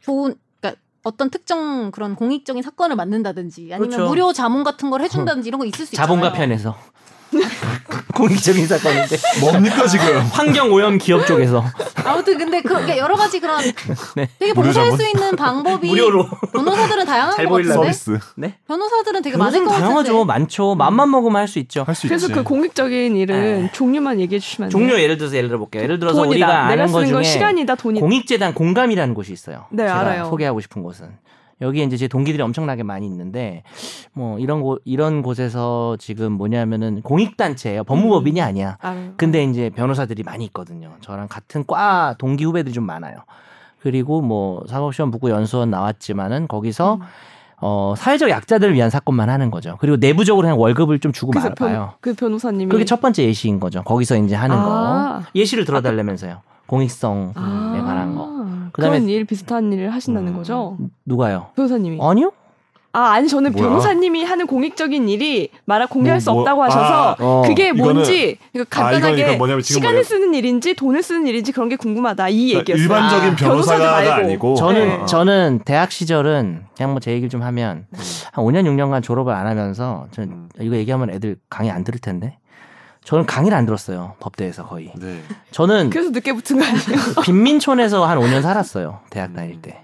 S4: 좋은 그러니까 어떤 특정 그런 공익적인 사건을 맡는다든지 아니면
S2: 그렇죠.
S4: 무료 자문 같은 걸 해준다든지 이런 거 있을 수 있잖아요.
S2: 자본가 편에서 [laughs] 공익적인 사건인데
S3: 뭡니까 지금?
S2: 환경 오염 기업 쪽에서
S4: 아무튼 근데 그렇게 그러니까 여러 가지 그런
S2: [laughs] 네.
S4: 되게
S3: 무료
S4: 봉사할
S3: 자문?
S4: 수 있는 방법이
S2: 무료로
S4: 변호사들은 다양한
S2: 잘
S4: 것
S2: 보이려고.
S4: 같은데
S3: [laughs]
S1: 네?
S3: 서비스
S4: 변호사들은 되게 많을
S2: 변호사는
S4: 그 것 같은데 음.
S2: 다양하죠. 네? 많죠. 맘만 먹으면 할 수 있죠.
S3: 할 수 있지.
S1: 그래서 그 공익적인 일은
S2: 에.
S1: 종류만 얘기해 주시면 안 돼요?
S2: 네. 종류 예를 들어서 예를 들어볼게요. 예를 들어서 우리가
S1: 돈이다. 내가
S2: 아는 것
S1: 쓰는
S2: 중에
S1: 건 시간이다. 돈이다.
S2: 공익재단 공감이라는 곳이 있어요.
S1: 네,
S2: 제가
S1: 알아요.
S2: 소개하고 싶은 곳은 여기에 이제 제 동기들이 엄청나게 많이 있는데 뭐 이런 곳 이런 곳에서 지금 뭐냐면은 공익단체예요.
S4: 음.
S2: 법무법인이 아니야.
S1: 알아요.
S2: 근데 이제 변호사들이 많이 있거든요. 저랑 같은 과 동기 후배들이 좀 많아요. 그리고 뭐 사법시험 붙고 연수원 나왔지만은 거기서
S1: 음.
S2: 어 사회적 약자들을 위한 사건만 하는 거죠. 그리고 내부적으로 그냥 월급을 좀 주고
S1: 그래서 변,
S2: 말아요.
S1: 그 변호사님이
S2: 그게 첫 번째 예시인 거죠. 거기서 이제 하는
S1: 아.
S2: 거. 예시를 들어달라면서요. 공익성에
S1: 아.
S2: 관한 거. 그다음에- 음.
S1: 그런 일 비슷한 일을 하신다는 거죠?
S2: 누가요?
S1: 변호사님이.
S2: 아니요?
S1: 아 아니 저는
S3: 어? 뭐야?
S1: 변호사님이 하는 공익적인 일이 말아 공개할
S3: 뭐,
S1: 수
S3: 뭐,
S1: 없다고 하셔서
S2: 어.
S1: 그게
S3: 이거는-
S1: 뭔지 그러니까
S3: 아, 이건-
S1: 간단하게
S3: 이건 뭐냐면 지금
S1: 시간을
S3: 뭐냐면-
S1: 쓰는 일인지 돈을 쓰는 일인지 그런 게 궁금하다 이
S3: 그러니까
S1: 얘기였어요.
S3: 일반적인
S1: 아, 변호사들
S3: 변호사가
S1: 말고.
S3: 아니고
S2: 저는
S1: 네.
S2: 저는 대학 시절은 그냥 뭐 제 얘기를 좀 하면 한 5년 6년간 졸업을 안 하면서 저는
S3: 음.
S2: 이거 얘기하면 애들 강의 안 들을 텐데. 저는 강의를 안 들었어요. 법대에서 거의.
S3: 네.
S2: 저는 그
S1: 그래서 늦게 붙은 거 아니에요?
S3: [laughs]
S2: 빈민촌에서 한 5년 살았어요. 대학
S1: 음.
S2: 다닐 때.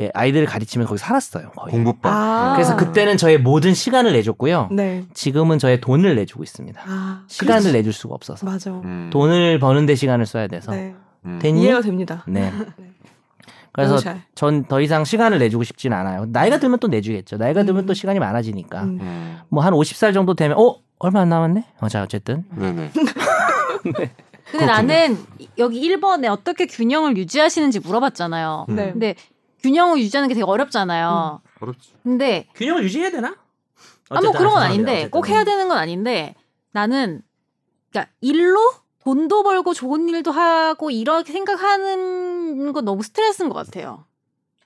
S2: 예, 아이들을 가르치면 거기 살았어요. 거의.
S3: 공부방.
S1: 아.
S2: 그래서 그때는 저의 모든 시간을 내줬고요.
S1: 네.
S2: 지금은 저의 돈을 내주고 있습니다.
S1: 아
S2: 시간을
S1: 그렇지.
S2: 내줄 수가 없어서
S1: 맞아.
S3: 음,
S2: 돈을 버는데 시간을 써야 돼서
S1: 네.
S3: 음.
S2: 되니?
S1: 이해가 됩니다.
S2: 네.
S1: [laughs] 네.
S2: 그래서
S1: 너무 잘.
S2: 전 더 이상 시간을 내주고 싶진 않아요. 나이가 들면 또 내주겠죠. 나이가 들면
S1: 음.
S2: 또 시간이 많아지니까
S1: 음.
S3: 음.
S2: 뭐 한 50살 정도 되면 어 얼마 안 남았네. 어, 자 어쨌든
S1: [laughs]
S3: 네네.
S4: 근데 나는 이- 여기 1번에 어떻게 균형을 유지하시는지 물어봤잖아요.
S3: 음.
S1: 네.
S4: 근데 균형을 유지하는 게 되게 어렵잖아요.
S2: 음.
S3: 어렵지.
S4: 근데
S2: 균형을 유지해야 되나?
S1: 아, 뭐
S4: 아뭐 그런 건 아닌데 꼭 해야 되는 건 아닌데 나는 그러니까 일로 돈도 벌고 좋은 일도 하고 이렇게 생각하는 건 너무 스트레스인 것 같아요.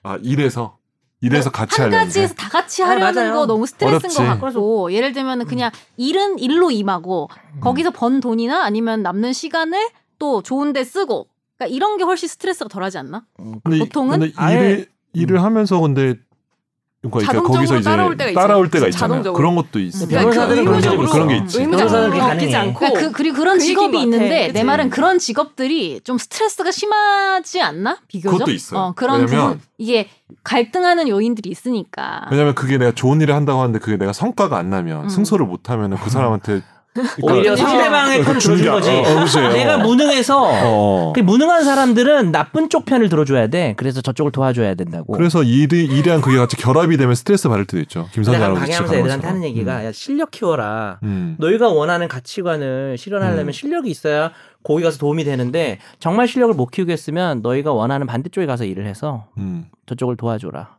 S3: 아 이래서
S1: 네,
S3: 이래서 같이
S4: 한
S3: 하려는
S4: 가지에서 다 같이
S2: 아,
S4: 하려는
S2: 맞아요.
S4: 거 너무 스트레스인 것
S3: 어렵지.
S4: 같고 예를 들면 은 그냥 일은 일로 임하고
S3: 음.
S4: 거기서 번 돈이나 아니면 남는 시간을 또 좋은 데 쓰고 그러니까 이런 게 훨씬 스트레스가 덜하지 않나?
S3: 근데 이-
S4: 보통은
S3: 근데
S2: 아예- 음.
S3: 일을 일을 하면서 근데 그러니까 이렇게
S1: 자동적으로
S3: 거기서 이제
S1: 따라올 때가 있어요.
S3: 따라올 때가
S1: 진짜
S3: 있잖아요.
S1: 자동적으로.
S3: 그런 것도 있어.
S1: 그러니까 변호사들은 그런 게 의무적으로
S3: 그런 게 있지.
S1: 의무적으로
S2: 변호사들은 그게
S1: 바뀌지
S2: 가능해.
S1: 않고
S4: 그러니까 그, 그리고 그런
S1: 그 얘기인
S4: 직업이
S1: 것 같아.
S4: 있는데
S1: 그치?
S4: 내 말은 그런 직업들이 좀 스트레스가 심하지 않나? 비교적
S3: 그것도 있어요.
S4: 어, 그런
S3: 왜냐면-
S4: 부분, 이게 갈등하는 요인들이 있으니까.
S1: 음.
S3: 왜냐면 그게 내가 좋은 일을 한다고 하는데 그게 내가 성과가 안 나면
S4: 음.
S3: 승소를 못 하면은 그 사람한테
S2: 음. 오히려
S3: 그러니까
S2: 상대방의 편을
S3: 준
S2: 들어준 거지.
S3: 게- 어, 어, 그치.
S2: 내가
S3: 어.
S2: 무능해서
S3: 어.
S2: 그 무능한 사람들은 나쁜 쪽 편을 들어줘야 돼. 그래서 저쪽을 도와줘야 된다고.
S3: 그래서 일이 일이랑 그게 같이 결합이 되면 스트레스 받을 음. 때도 있죠. 김선재
S2: 내가
S3: 아나운서 지적한
S2: 강의하면서 애들한테
S3: 것처럼.
S2: 하는 얘기가 야, 실력 키워라.
S3: 음.
S2: 너희가 원하는 가치관을 실현하려면
S3: 음.
S2: 실력이 있어야 거기 가서 도움이 되는데 정말 실력을 못 키우겠으면 너희가 원하는 반대쪽에 가서 일을 해서
S3: 음.
S2: 저쪽을 도와줘라.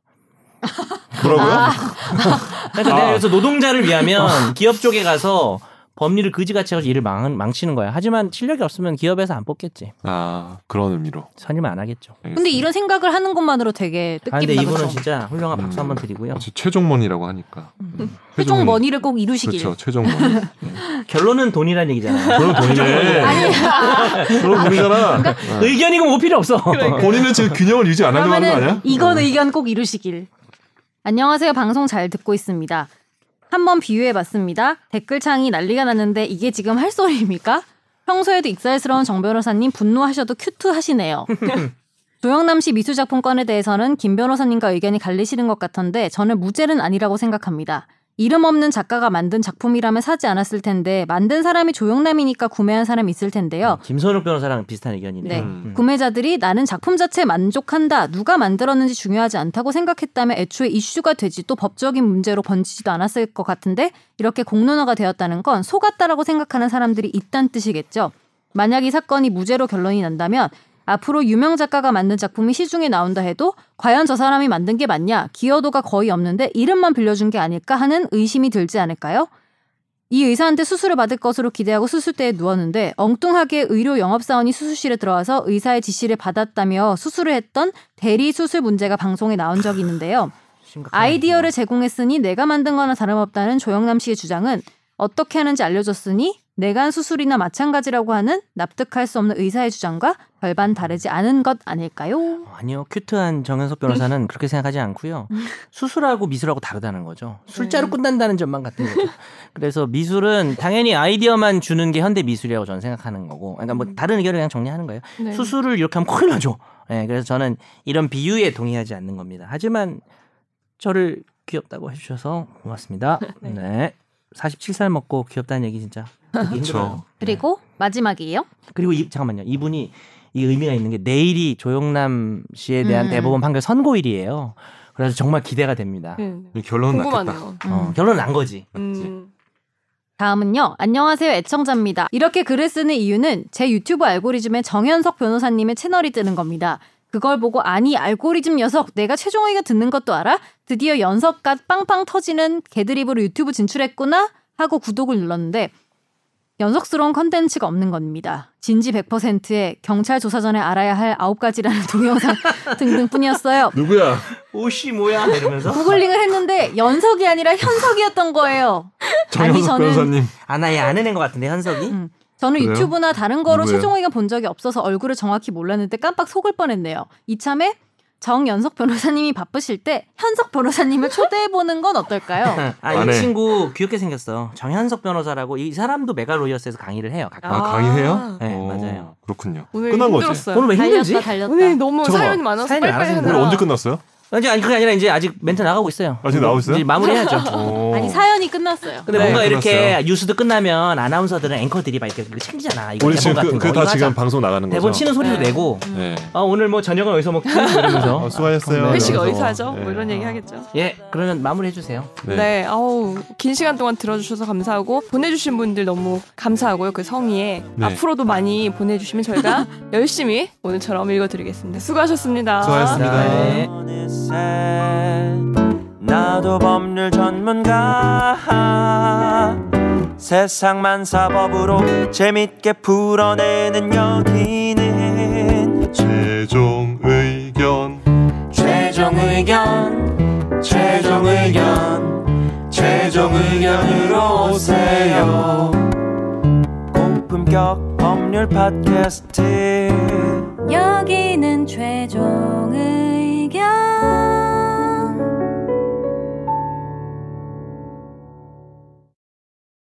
S3: 뭐라고요?
S1: 아.
S2: 그러니까
S3: 아.
S2: 내가 그래서 노동자를 위하면 기업 쪽에 가서 법리를 그지같이 해서 일을 망, 망치는 거야. 하지만 실력이 없으면 기업에서 안 뽑겠지.
S3: 아 그런 의미로.
S2: 선임 안 하겠죠.
S4: 근데 이런 생각을 하는 것만으로 되게
S2: 아, 근데
S4: 뜻깊다.
S2: 이분은
S4: 그렇죠?
S2: 진짜 훌륭한 박수
S3: 음.
S2: 한번 드리고요.
S3: 어차피 최종mon이라고 하니까. 음.
S4: 최종 머니를 꼭 이루시길.
S3: 그렇죠. 최종mon이.
S2: 결론은 돈이라는 얘기잖아요.
S1: [laughs]
S3: 그런 돈이네. [laughs] 그런 돈이잖아.
S1: 그러니까
S2: 의견이고 뭐 필요 없어.
S3: 본인은 지금 균형을 유지 안 하려고 하는 거
S4: 그러면은
S3: 아니야? 어.
S4: 이건 의견 꼭 이루시길. 안녕하세요. 방송 잘 듣고 있습니다. 한번 비유해 봤습니다. 댓글창이 난리가 났는데 이게 지금 할 소리입니까? 평소에도 익살스러운 정 변호사님 분노하셔도 큐트하시네요. [laughs] 조영남 씨 미수 작품권에 대해서는 김 변호사님과 의견이 갈리시는 것 같은데 저는 무죄는 아니라고 생각합니다. 이름 없는 작가가 만든 작품이라면 사지 않았을 텐데 만든 사람이 조영남이니까 구매한 사람이 있을 텐데요.
S2: 김선욱 변호사랑 비슷한 의견이네.
S4: 네.
S2: 음.
S4: 구매자들이 나는 작품 자체에 만족한다. 누가 만들었는지 중요하지 않다고 생각했다면 애초에 이슈가 되지 또 법적인 문제로 번지지도 않았을 것 같은데 이렇게 공론화가 되었다는 건 속았다라고 생각하는 사람들이 있단 뜻이겠죠. 만약 이 사건이 무죄로 결론이 난다면 앞으로 유명 작가가 만든 작품이 시중에 나온다 해도 과연 저 사람이 만든 게 맞냐? 기여도가 거의 없는데 이름만 빌려준 게 아닐까 하는 의심이 들지 않을까요? 이 의사한테 수술을 받을 것으로 기대하고 수술대에 누웠는데 엉뚱하게 의료 영업사원이 수술실에 들어와서 의사의 지시를 받았다며 수술을 했던 대리 수술 문제가 방송에 나온 적이 있는데요.
S2: 심각하네.
S4: 아이디어를 제공했으니 내가 만든 거나 다름없다는 조영남 씨의 주장은 어떻게 하는지 알려줬으니 내가 한 수술이나 마찬가지라고 하는 납득할 수 없는 의사의 주장과 별반 다르지 않은 것 아닐까요?
S2: 아니요. 큐트한 정현석 변호사는 그렇게 생각하지 않고요. 수술하고 미술하고 다르다는 거죠. 술자로 끝난다는 점만 같은 거죠. 그래서 미술은 당연히 아이디어만 주는 게 현대 미술이라고 저는 생각하는 거고. 그러니까 뭐 다른 의견을 그냥 정리하는 거예요.
S1: 네.
S2: 수술을 이렇게 하면 큰일 나죠. 예, 그래서 저는 이런 비유에 동의하지 않는 겁니다. 하지만 저를 귀엽다고 해주셔서 고맙습니다. 네. 47살 먹고 귀엽다는 얘기 진짜 듣기 힘들어요.
S4: 그리고 마지막이에요.
S2: 그리고 이, 잠깐만요. 이분이 이 의미가 있는 게 내일이 조영남 씨에 대한
S4: 음.
S2: 대법원 판결 선고일이에요. 그래서 정말 기대가 됩니다.
S1: 네.
S3: 결론은 났겠다.
S1: 궁금하네요.
S4: 음.
S2: 어, 결론 난 거지.
S1: 음.
S4: 다음은요. 안녕하세요. 애청자입니다. 이렇게 글을 쓰는 이유는 제 유튜브 알고리즘에 정현석 변호사님의 채널이 뜨는 겁니다. 그걸 보고 아니 알고리즘 녀석 내가 최종의가 듣는 것도 알아? 드디어 연석가 빵빵 터지는 개드립으로 유튜브 진출했구나 하고 구독을 눌렀는데 연속스러운 컨텐츠가 없는 겁니다. 진지 100%에 경찰 조사 전에 알아야 할 9가지라는 [laughs] 동영상 등등뿐이었어요.
S3: 누구야?
S2: 옷이 뭐야? 이러면서
S4: 구글링을 했는데 연석이 아니라 현석이었던 거예요.
S3: 정현석
S4: 저는-
S3: 변호사님.
S2: 아나 얘 아는 애인 것 같은데 현석이.
S4: 음. 저는
S3: 그래요?
S4: 유튜브나 다른 거로
S3: 누구예요?
S4: 최종호이가 본 적이 없어서 얼굴을 정확히 몰랐는데 깜빡 속을 뻔했네요. 이참에 정연석 변호사님이 바쁘실 때 현석 변호사님을 초대해 보는 건 어떨까요?
S2: [laughs] [laughs] 아 이
S3: 안 해.
S2: 친구 귀엽게 생겼어. 정현석 변호사라고 이 사람도 메갈로이어스에서 강의를 해요. 가끔.
S3: 아, 강의해요?
S2: 네,
S3: 오,
S2: 맞아요.
S3: 그렇군요.
S1: 오늘
S3: 끝난 거지.
S1: 힘들었어요.
S2: 오늘 왜 힘들지?
S4: 아, 달렸다 달렸다.
S1: 오늘 너무
S3: 잠깐만.
S1: 사연이 많아서
S2: 사연이
S1: 빨리빨리
S2: 많아서
S1: 하느라.
S3: 오늘 언제 끝났어요?
S2: 아니 아니 그게 아니라 이제 아직 멘트 나가고 있어요.
S3: 아직 나오고 있어요?
S2: 이제
S4: [laughs]
S2: 마무리해야죠.
S3: 오.
S4: 아니 사연이 끝났어요.
S2: 근데
S1: 네.
S2: 뭔가
S3: 네,
S2: 이렇게 뉴스도 끝나면 아나운서들은 앵커들이 막 이렇게 이거 챙기잖아. 이거
S3: 우리
S2: 대본
S3: 지금
S2: 뭐 같은
S3: 그,
S2: 거. 네,
S3: 그게 다
S2: 이거
S3: 지금
S2: 하자.
S3: 방송 나가는 거죠?
S2: 대본 치는 소리도
S4: 음.
S2: 내고
S3: 네.
S2: 아 오늘 뭐 저녁은 어디서 먹지? 이러면서
S3: 어, 수고하셨어요.
S1: 회식 어디서
S3: 이러면서.
S1: 하죠? 뭐
S3: 네.
S1: 이런 얘기 하겠죠.
S2: [laughs] 예 그러면 마무리해 주세요.
S3: 네.
S1: 네. 아우 긴 시간 동안 들어주셔서 감사하고 보내주신 분들 너무 감사하고요. 그 성의에
S3: 네.
S1: 앞으로도 많이 보내주시면 [laughs] 저희가 열심히 오늘처럼 읽어드리겠습니다. 수고하셨습니다.
S3: 수고하셨습니다.
S2: 네.
S13: 어느새 나도 법률 전문가 세상만 사법으로 재밌게 풀어내는 여기는
S7: 최종 의견
S13: 최종 의견 최종 의견 최종 의견으로 오세요 고품격 법률 팟캐스트
S8: 여기는 최